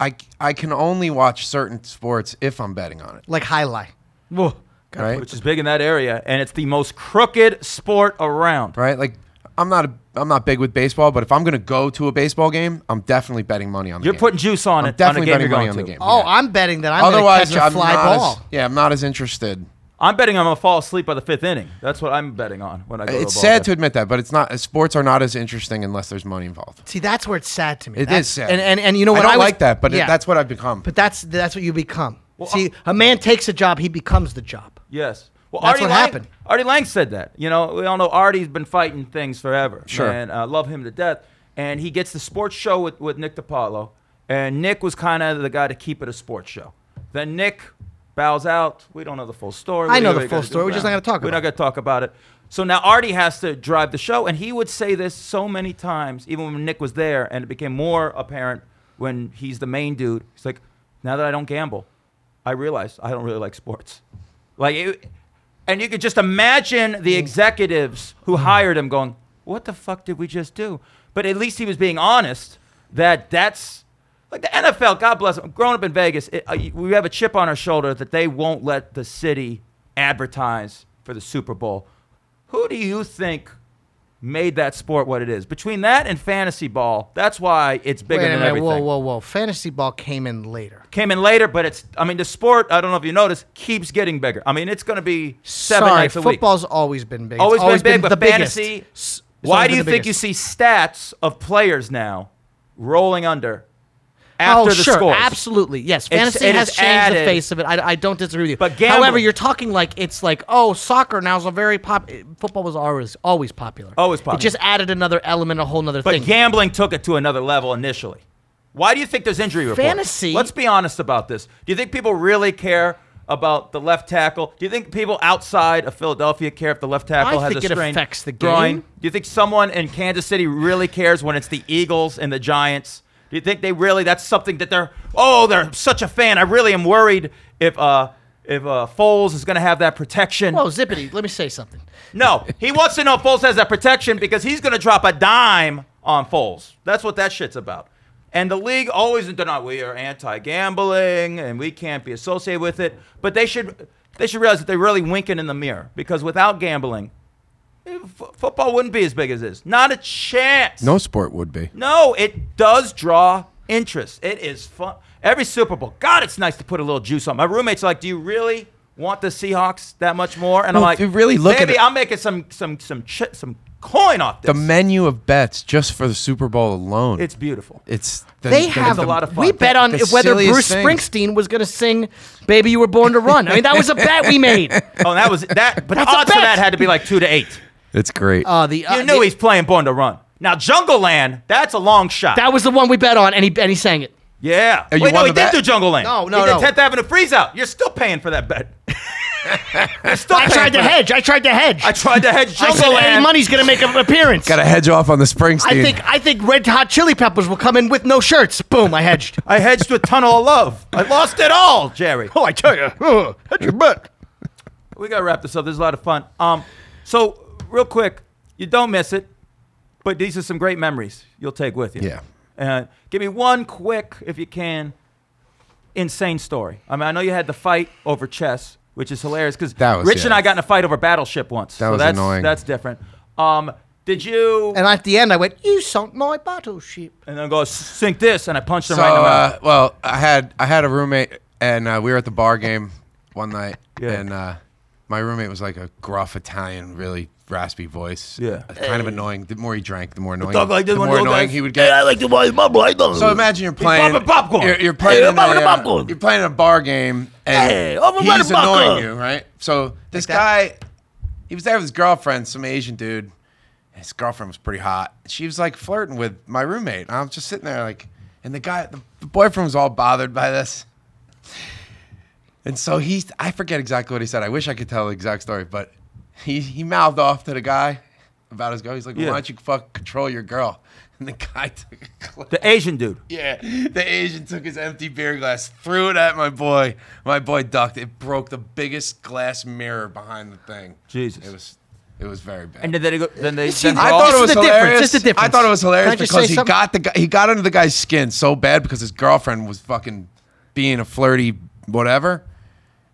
Speaker 5: I I can only watch certain sports if I'm betting on it.
Speaker 4: like highlight. Whoa.
Speaker 5: Right,
Speaker 3: which is big in that area, and it's the most crooked sport around.
Speaker 5: right. Like I'm not a, I'm not big with baseball, but if I'm gonna go to a baseball game, I'm definitely betting money on. The
Speaker 3: You're
Speaker 5: game.
Speaker 3: putting juice on
Speaker 5: I'm
Speaker 3: it.
Speaker 5: Definitely
Speaker 3: on a game
Speaker 5: betting
Speaker 3: you're
Speaker 5: money
Speaker 3: going
Speaker 5: on
Speaker 3: to.
Speaker 5: the game.
Speaker 4: Oh,
Speaker 5: yeah.
Speaker 4: I'm betting that I'm
Speaker 5: Otherwise,
Speaker 4: gonna catch a
Speaker 5: I'm
Speaker 4: fly
Speaker 5: not as-
Speaker 4: ball.
Speaker 5: yeah, I'm not as interested.
Speaker 3: I'm betting I'm gonna fall asleep by the fifth inning. That's what I'm betting on when I go.
Speaker 5: It's
Speaker 3: to a ball
Speaker 5: sad to
Speaker 3: game.
Speaker 5: admit that, but it's not. Sports are not as interesting unless there's money involved.
Speaker 4: See, that's where it's sad to me.
Speaker 5: It is
Speaker 4: That's-
Speaker 5: sad,
Speaker 4: And, and and you know what?
Speaker 5: I
Speaker 4: was-
Speaker 5: don't like that, but it-
Speaker 4: yeah.
Speaker 5: that's what I've become.
Speaker 4: But that's that's what you become.
Speaker 3: Well, uh,
Speaker 4: See, a man takes a job, he becomes the job.
Speaker 3: Yes. Well,
Speaker 4: That's
Speaker 3: Artie
Speaker 4: what
Speaker 3: Lang,
Speaker 4: happened.
Speaker 3: Artie Lang said that. You know, we all know Artie's been fighting things forever.
Speaker 5: Sure.
Speaker 3: And uh, love him to death. And he gets the sports show with, with Nick DiPaolo. And Nick was kind of the guy to keep it a sports show. Then Nick bows out. We don't know the full story.
Speaker 4: I
Speaker 3: We do
Speaker 4: know the
Speaker 3: what we
Speaker 4: full
Speaker 3: gotta do.
Speaker 4: story. We're just not gonna talk
Speaker 3: We're
Speaker 4: about
Speaker 3: not
Speaker 4: it.
Speaker 3: going to talk about it. So now Artie has to drive the show. And he would say this so many times, even when Nick was there. And it became more apparent when he's the main dude. He's like, now that I don't gamble, I realize I don't really like sports. Like, it, and you could just imagine
Speaker 4: Mm.
Speaker 3: the executives who hired him going, "What the fuck did we just do?" But at least he was being honest. That that's like the NFL. God bless him. Growing up in Vegas, it, uh, we have a chip on our shoulder that they won't let the city advertise for the Super Bowl. Who do you think? Made that sport what it is. Between that and fantasy ball, that's why it's bigger
Speaker 4: Wait a
Speaker 3: than
Speaker 4: minute,
Speaker 3: everything.
Speaker 4: whoa, whoa, whoa! Fantasy ball came in later.
Speaker 3: Came in later, but it's. I mean, the sport. I don't know if you noticed, keeps getting bigger. I mean, it's going to be seven
Speaker 4: Sorry,
Speaker 3: nights a week
Speaker 4: football's always been big. It's
Speaker 3: always, been big,
Speaker 4: the
Speaker 3: but fantasy.
Speaker 4: biggest. S- it's
Speaker 3: Why
Speaker 4: always
Speaker 3: do
Speaker 4: been
Speaker 3: you
Speaker 4: the
Speaker 3: think you
Speaker 4: biggest.
Speaker 3: see stats of players now rolling under
Speaker 4: Oh,
Speaker 3: after the
Speaker 4: sure,
Speaker 3: scores?
Speaker 4: absolutely. Yes,
Speaker 3: It's-
Speaker 4: fantasy
Speaker 3: it
Speaker 4: has
Speaker 3: is
Speaker 4: changed
Speaker 3: added.
Speaker 4: the face of it. I, I don't disagree with you.
Speaker 3: But
Speaker 4: however,
Speaker 3: gambling-
Speaker 4: you're talking like it's like oh, soccer now's a very pop. Football was always always popular.
Speaker 3: Always popular.
Speaker 4: It just added another element, a whole other
Speaker 3: But
Speaker 4: thing.
Speaker 3: gambling took it to another level initially. Why do you think there's injury reports?
Speaker 4: Fantasy-
Speaker 3: Let's be honest about this. Do you think people really care about the left tackle? Do you think people outside of Philadelphia care if the left tackle
Speaker 4: I
Speaker 3: has
Speaker 4: think
Speaker 3: a
Speaker 4: it
Speaker 3: strain?
Speaker 4: affects the
Speaker 3: groin?
Speaker 4: game.
Speaker 3: Do you think someone in Kansas City really cares when it's the Eagles and the Giants? Do you think they really? That's something that they're. Oh, they're such a fan. I really am worried if uh if uh Foles is going to have that protection.
Speaker 4: Whoa, zippity! Let me say something.
Speaker 3: No, he wants to know if Foles has that protection because he's going to drop a dime on Foles. That's what that shit's about. And the league always they're not. We are anti-gambling and we can't be associated with it. But they should they should realize that they're really winking in the mirror because without gambling, eh, f- football wouldn't be as big as this. Not a chance.
Speaker 5: No sport would be.
Speaker 3: No, it does draw interest. It is fun. Every Super Bowl, God, it's nice to put a little juice on. My roommates are like, "Do you really want the Seahawks that much more?" And I'm
Speaker 5: Well,
Speaker 3: like,
Speaker 5: if you really look at
Speaker 3: maybe
Speaker 5: it-
Speaker 3: I'm making some some some ch- some coin off this."
Speaker 5: the menu of bets just for the Super Bowl alone.
Speaker 3: it's beautiful.
Speaker 5: it's the,
Speaker 4: They
Speaker 5: the-
Speaker 4: have
Speaker 5: the-
Speaker 3: a lot of fun.
Speaker 4: We bet on
Speaker 5: The
Speaker 4: whether
Speaker 5: silliest
Speaker 4: Bruce
Speaker 5: thing.
Speaker 4: Springsteen was going to sing "Baby, You Were Born to Run." I mean, that was a bet we made.
Speaker 3: Oh, and that was that. But the
Speaker 4: That's a
Speaker 3: odds for
Speaker 4: bet.
Speaker 3: that had to be like two to eight.
Speaker 5: It's great.
Speaker 4: Uh, the uh,
Speaker 3: You knew
Speaker 4: the-
Speaker 3: he's playing Born to Run. Now, Jungle Land, that's a long shot.
Speaker 4: That was the one we bet on, and he and he sang it.
Speaker 3: yeah.
Speaker 5: you
Speaker 3: Wait, no,
Speaker 5: won
Speaker 3: he
Speaker 5: the
Speaker 3: did
Speaker 5: bet?
Speaker 3: do Jungle Land.
Speaker 4: No, no,
Speaker 3: he did
Speaker 4: no.
Speaker 3: 10th Avenue Freeze Out. You're still paying for that bet. You're still
Speaker 4: I
Speaker 3: paying
Speaker 4: tried
Speaker 3: for
Speaker 4: to
Speaker 3: that.
Speaker 4: hedge. I tried to hedge.
Speaker 3: I tried to hedge
Speaker 4: I
Speaker 3: Jungle
Speaker 4: said
Speaker 3: Land.
Speaker 4: Eddie Money's going to make an appearance.
Speaker 5: Got to hedge off on the Springsteen.
Speaker 4: I think I think Red Hot Chili Peppers will come in with no shirts. Boom! I hedged.
Speaker 3: I hedged with Tunnel of Love. I lost it all, Jerry.
Speaker 4: oh, I tell you, uh, hedge your butt.
Speaker 3: We gotta wrap this up. This is a lot of fun. Um, so real quick, you don't miss it, but these are some great memories you'll take with you.
Speaker 5: Yeah.
Speaker 3: And give me one quick, if you can, insane story. I mean, I know you had the fight over chess, which is hilarious because
Speaker 5: That was-
Speaker 3: Rich and
Speaker 5: yeah.
Speaker 3: I got in a fight over Battleship once. That so
Speaker 5: was
Speaker 3: that's,
Speaker 5: annoying.
Speaker 3: That's different. Um, did you?
Speaker 4: And at the end, I went, "You sunk my battleship."
Speaker 3: And then go sink this, and I punched him
Speaker 5: so.
Speaker 3: right in the mouth.
Speaker 5: Uh, well, I had I had a roommate, and uh, we were at the bar game one night,
Speaker 3: Yeah.
Speaker 5: and uh, my roommate was like a gruff Italian, really raspy voice.
Speaker 3: Yeah.
Speaker 5: Uh, kind of annoying. The more he drank, the more annoying.
Speaker 3: Talk like this
Speaker 5: the
Speaker 3: one
Speaker 5: more
Speaker 3: of those
Speaker 5: annoying
Speaker 3: guys.
Speaker 5: he would
Speaker 3: Hey,
Speaker 5: get.
Speaker 3: I like the one mumble. I don't.
Speaker 5: So imagine you're
Speaker 3: He's
Speaker 5: playing
Speaker 3: popping popcorn.
Speaker 5: You're, you're
Speaker 3: Hey,
Speaker 5: playing
Speaker 3: I'm
Speaker 5: in a,
Speaker 3: popping
Speaker 5: uh,
Speaker 3: popcorn.
Speaker 5: You're playing a bar game, and
Speaker 3: Hey, I'm popping
Speaker 5: he's
Speaker 3: popcorn.
Speaker 5: annoying you, right? So this guy, he was there with his girlfriend, some Asian dude. His girlfriend was pretty hot. She was like flirting with my roommate. And I was just sitting there, like, and the guy, the, the boyfriend was all bothered by this. And so he, I forget exactly what he said. I wish I could tell the exact story, but he, he mouthed off to the guy about his girl. He's like,
Speaker 3: Yeah.
Speaker 5: why don't you fuck control your girl? And the guy took a clip.
Speaker 3: The Asian dude.
Speaker 5: Yeah, the Asian took his empty beer glass, threw it at my boy. My boy ducked. It broke the biggest glass mirror behind the thing.
Speaker 3: Jesus.
Speaker 5: It was, it was very bad.
Speaker 3: And then they go. Then they.
Speaker 4: See,
Speaker 3: Then
Speaker 5: I
Speaker 4: Well,
Speaker 5: thought
Speaker 4: this
Speaker 5: it was
Speaker 4: is the difference,
Speaker 5: hilarious.
Speaker 4: this is the
Speaker 5: I thought it
Speaker 4: difference.
Speaker 5: was hilarious
Speaker 4: Can I just
Speaker 5: because
Speaker 4: say
Speaker 5: he
Speaker 4: something?
Speaker 5: got the guy, he got under the guy's skin so bad because his girlfriend was fucking being a flirty whatever,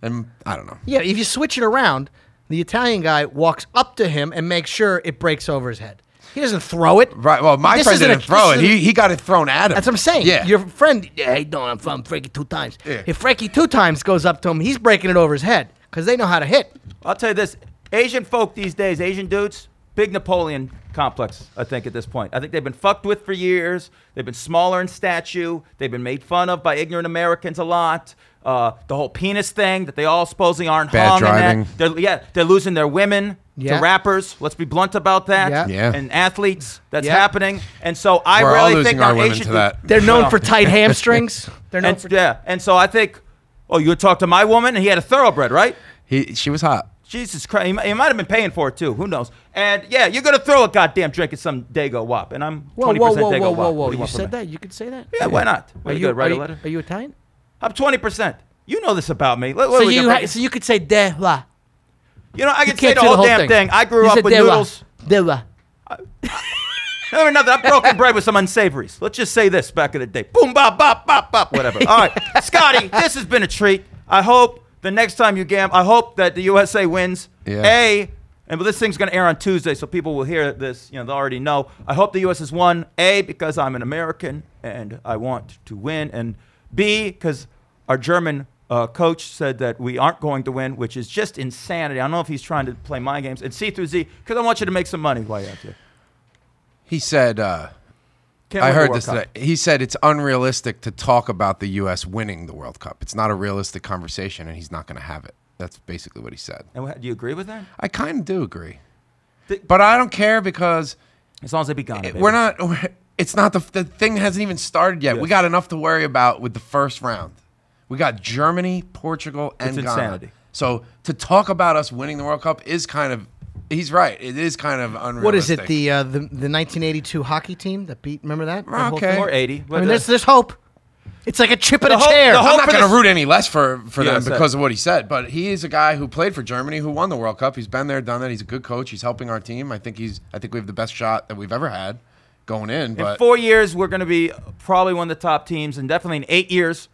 Speaker 5: and I don't know.
Speaker 4: Yeah, if you switch it around, the Italian guy walks up to him and makes sure it breaks over his head. He doesn't throw it.
Speaker 5: Right. Well, my
Speaker 4: This
Speaker 5: friend
Speaker 4: isn't a-
Speaker 5: didn't throw
Speaker 4: this
Speaker 5: it.
Speaker 4: isn't-
Speaker 5: He, he got it thrown at him.
Speaker 4: That's what I'm saying.
Speaker 5: Yeah.
Speaker 4: Your friend, yeah, hey, no, I'm from Frankie two times.
Speaker 5: Yeah.
Speaker 4: If Frankie two times goes up to him, he's breaking it over his head because they know how to hit.
Speaker 3: I'll tell you this: Asian folk these days, Asian dudes, big Napoleon complex. I think at this point, I think they've been fucked with for years. They've been smaller in statue. They've been made fun of by ignorant Americans a lot. Uh, the whole penis thing that they all supposedly aren't
Speaker 5: Bad
Speaker 3: hung in that.
Speaker 5: driving.
Speaker 3: They're, yeah, they're losing their women
Speaker 4: Yeah.
Speaker 3: to rappers. Let's be blunt about that.
Speaker 4: Yeah.
Speaker 5: Yeah.
Speaker 3: And athletes, that's
Speaker 4: Yeah.
Speaker 3: happening. And so I
Speaker 5: We're all
Speaker 3: really
Speaker 5: losing
Speaker 3: think
Speaker 5: our women
Speaker 3: Asian
Speaker 5: to that.
Speaker 4: They're known
Speaker 3: Well.
Speaker 4: for tight hamstrings. They're known
Speaker 3: And,
Speaker 4: for.
Speaker 3: yeah, and so I think, oh, you talk to my woman, and he had a thoroughbred, right?
Speaker 5: He, she was hot.
Speaker 3: Jesus Christ, he, mi- he might have been paying for it too. Who knoes? And yeah, you're gonna throw a goddamn drink at some Dago Wop, and I'm
Speaker 4: Whoa,
Speaker 3: 20%
Speaker 4: whoa, whoa,
Speaker 3: Dago
Speaker 4: whoa,
Speaker 3: Wop.
Speaker 4: whoa,
Speaker 3: What
Speaker 4: whoa!
Speaker 3: do
Speaker 4: You
Speaker 3: want from
Speaker 4: said
Speaker 3: me?
Speaker 4: that? You could say that?
Speaker 3: Yeah, why not? What
Speaker 4: Are
Speaker 3: you
Speaker 4: you,
Speaker 3: good, write
Speaker 4: are
Speaker 3: a
Speaker 4: you,
Speaker 3: letter?
Speaker 4: are you Italian?
Speaker 3: I'm 20%. You know this about me. Let- what
Speaker 4: So
Speaker 3: are we
Speaker 4: you,
Speaker 3: gonna
Speaker 4: ha-
Speaker 3: break-
Speaker 4: so you could say de la.
Speaker 3: you know, I
Speaker 4: You
Speaker 3: can say the whole, damn thing. I grew
Speaker 4: You
Speaker 3: up
Speaker 4: said
Speaker 3: with
Speaker 4: de la.
Speaker 3: noodles.
Speaker 4: De la.
Speaker 3: No, no, nothing. I've broken bread with some unsavories. Let's just say this back in the day. Boom, bop, bop, bop, bop, whatever. All right. Scotty, this has been a treat. I hope the next time you gam, I hope that the USA wins.
Speaker 5: Yeah.
Speaker 3: A, and this thing's going to air on Tuesday, so people will hear this. You know, they already know. I hope the U.S. has won. A, because I'm an American and I want to win. And B, because our German uh, coach said that we aren't going to win, which is just insanity. I don't know if he's trying to play my games. And C through Z, because I want you to make some money while you're out there.
Speaker 5: He said. uh
Speaker 3: Can't
Speaker 5: I
Speaker 3: win the
Speaker 5: heard
Speaker 3: World
Speaker 5: this
Speaker 3: Cup.
Speaker 5: today. He said it's unrealistic to talk about the U.S. winning the World Cup. It's not a realistic conversation, and he's not going to have it. That's basically what he said.
Speaker 3: And wha- do you agree with that?
Speaker 5: I kind of do agree,
Speaker 3: Th-
Speaker 5: but I don't care because
Speaker 3: As long as they be gone.
Speaker 5: it-
Speaker 3: baby.
Speaker 5: we're not. we're- it's not the the thing hasn't even started yet.
Speaker 3: Yes.
Speaker 5: We got enough to worry about with the first round. We got Germany, Portugal,
Speaker 3: It's
Speaker 5: and Ghana.
Speaker 3: insanity.
Speaker 5: So to talk about us winning the World Cup is kind of. He's right. It is kind of unrealistic.
Speaker 4: What is it? The, uh, the the 1982 hockey team that beat. Remember that? that whole
Speaker 5: Okay.
Speaker 4: thing?
Speaker 3: Or 80.
Speaker 4: I mean, there's there's hope. It's like a chip in a
Speaker 3: hope-
Speaker 4: chair.
Speaker 3: the hope-
Speaker 5: I'm not
Speaker 3: Oh, for
Speaker 5: going to
Speaker 3: this-
Speaker 5: root any less for, for
Speaker 3: Yeah,
Speaker 5: them
Speaker 3: that's it.
Speaker 5: because of what he said, but he is a guy who played for Germany, who won the World Cup. He's been there, done that. He's a good coach. He's helping our team. I think he's. I think we have the best shot that we've ever had going in.
Speaker 3: in
Speaker 5: But
Speaker 3: four years, we're going to be probably one of the top teams, and definitely in eight years,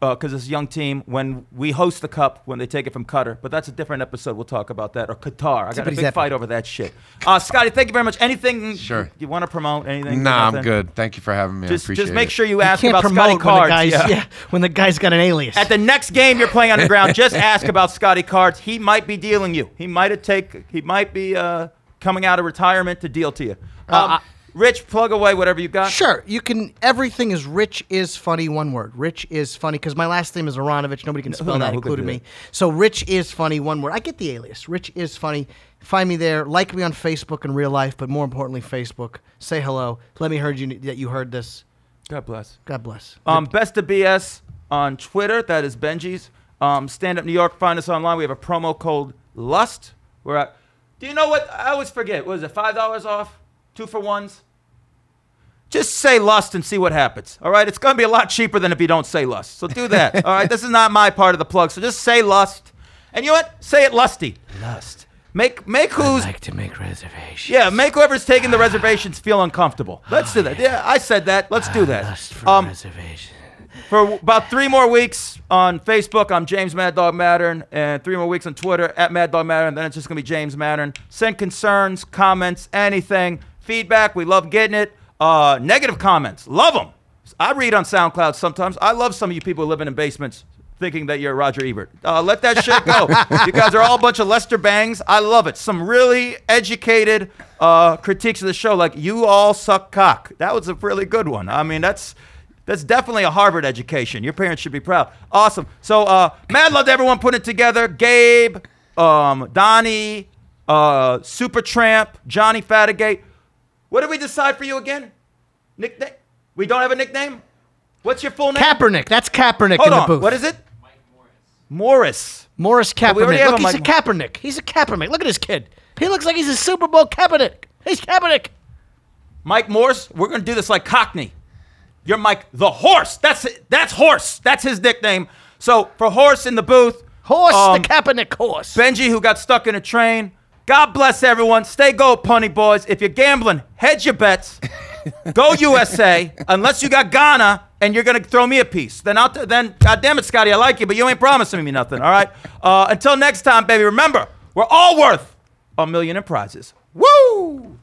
Speaker 3: because it's a young team, when we host the cup, when they take it from Qatar. But that's a different episode. We'll talk about that. Or Qatar. I got a
Speaker 4: Zippity
Speaker 3: big
Speaker 4: zappity.
Speaker 3: fight over that shit. Uh, Scotty, thank you very much. Anything
Speaker 5: Sure.
Speaker 3: you want to promote? Anything?
Speaker 5: nah, I'm
Speaker 3: Nothing?
Speaker 5: good. Thank you for having me. I
Speaker 3: Just,
Speaker 5: appreciate
Speaker 3: just make
Speaker 5: it.
Speaker 3: sure you
Speaker 4: you
Speaker 3: ask
Speaker 4: can't
Speaker 3: about Scotty
Speaker 4: promote when the
Speaker 3: Cards.
Speaker 4: guy's
Speaker 3: yeah.
Speaker 4: yeah, when the guy's got an alias.
Speaker 3: At the next game you're playing underground, just ask about Scotty Cards. He might be dealing you. He might have take. He might be uh, coming out of retirement to deal to you. Um,
Speaker 4: Uh, I-
Speaker 3: Rich, plug away whatever you got.
Speaker 4: Sure, you can. Everything is rich is funny. One word, rich is funny. Because my last name is Aronovich. Nobody can spell
Speaker 3: no,
Speaker 4: that,
Speaker 3: who could
Speaker 4: including
Speaker 3: do
Speaker 4: me. So rich is funny. One word. I get the alias. Rich is funny. Find me there. Like me on Facebook in real life, but more importantly, Facebook. Say hello. Let me heard you that you heard this.
Speaker 3: God bless.
Speaker 4: God bless.
Speaker 3: Um, Best of BS on Twitter. That is Benji's. Um, Stand Up New York. Find us online. We have a promo code Lust. We're at. Do you know what? I always forget. What is it? Five dollars off, two for ones. Just say lust and see what happens. All right, it's going to be a lot cheaper than if you don't say lust. So do that. all right, this is not my part of the plug. So just say lust, and you know what? Say it lusty. Lust. Make make who's
Speaker 4: like to make reservations.
Speaker 3: yeah, make whoever's taking the reservations feel uncomfortable. Let's do that. Yeah, I said that. Let's do that. um,
Speaker 4: reservation.
Speaker 3: for about three more weeks on Facebook, I'm James Mad Dog Mattern, and three more weeks on Twitter at Mad Dog Mattern. Then it's just gonna be James Mattern. Send concerns, comments, anything, feedback. We love getting it. Uh, negative comments, love them. I read on SoundCloud sometimes. I love some of you people living in basements. thinking that you're Roger Ebert. Uh, let that shit go. you guys are all a bunch of Lester Bangs. I love it. Some really educated uh, critiques of the show, like "You all suck cock." That was a really good one. I mean, that's that's definitely a Harvard education. Your parents should be proud. Awesome. So, uh, mad love to everyone putting it together. Gabe, um, Donnie, uh, Super Johnny Fatigate. What did we decide for you again? Nickname? We don't have a nickname. What's your full name?
Speaker 4: Kaepernick. That's Kaepernick
Speaker 3: Hold
Speaker 4: in the
Speaker 3: on.
Speaker 4: booth.
Speaker 3: What is it? Mike Morris.
Speaker 4: Morris
Speaker 3: we already
Speaker 4: Kaepernick.
Speaker 3: have
Speaker 4: Look,
Speaker 3: a
Speaker 4: he's a
Speaker 3: Mike
Speaker 4: Kaepernick. He's a Kaepernick. Look at this kid. He looks like he's a Super Bowl Kaepernick. He's Kaepernick.
Speaker 3: Mike Morris. We're gonna do this like Cockney. You're Mike the Horse. That's that's Horse. That's his nickname. So for Horse in the booth,
Speaker 4: Horse,
Speaker 3: um,
Speaker 4: the Kaepernick horse.
Speaker 3: Benji who got stuck in a train. God bless everyone. Stay gold, punny boys. If you're gambling, hedge your bets. Go USA, unless you got Ghana and you're gonna throw me a piece. Then I'll then God damn it, Scotty, I like you, but you ain't promising me nothing. All right. Uh, until next time, baby. Remember, we're all worth a million in prizes. Woo!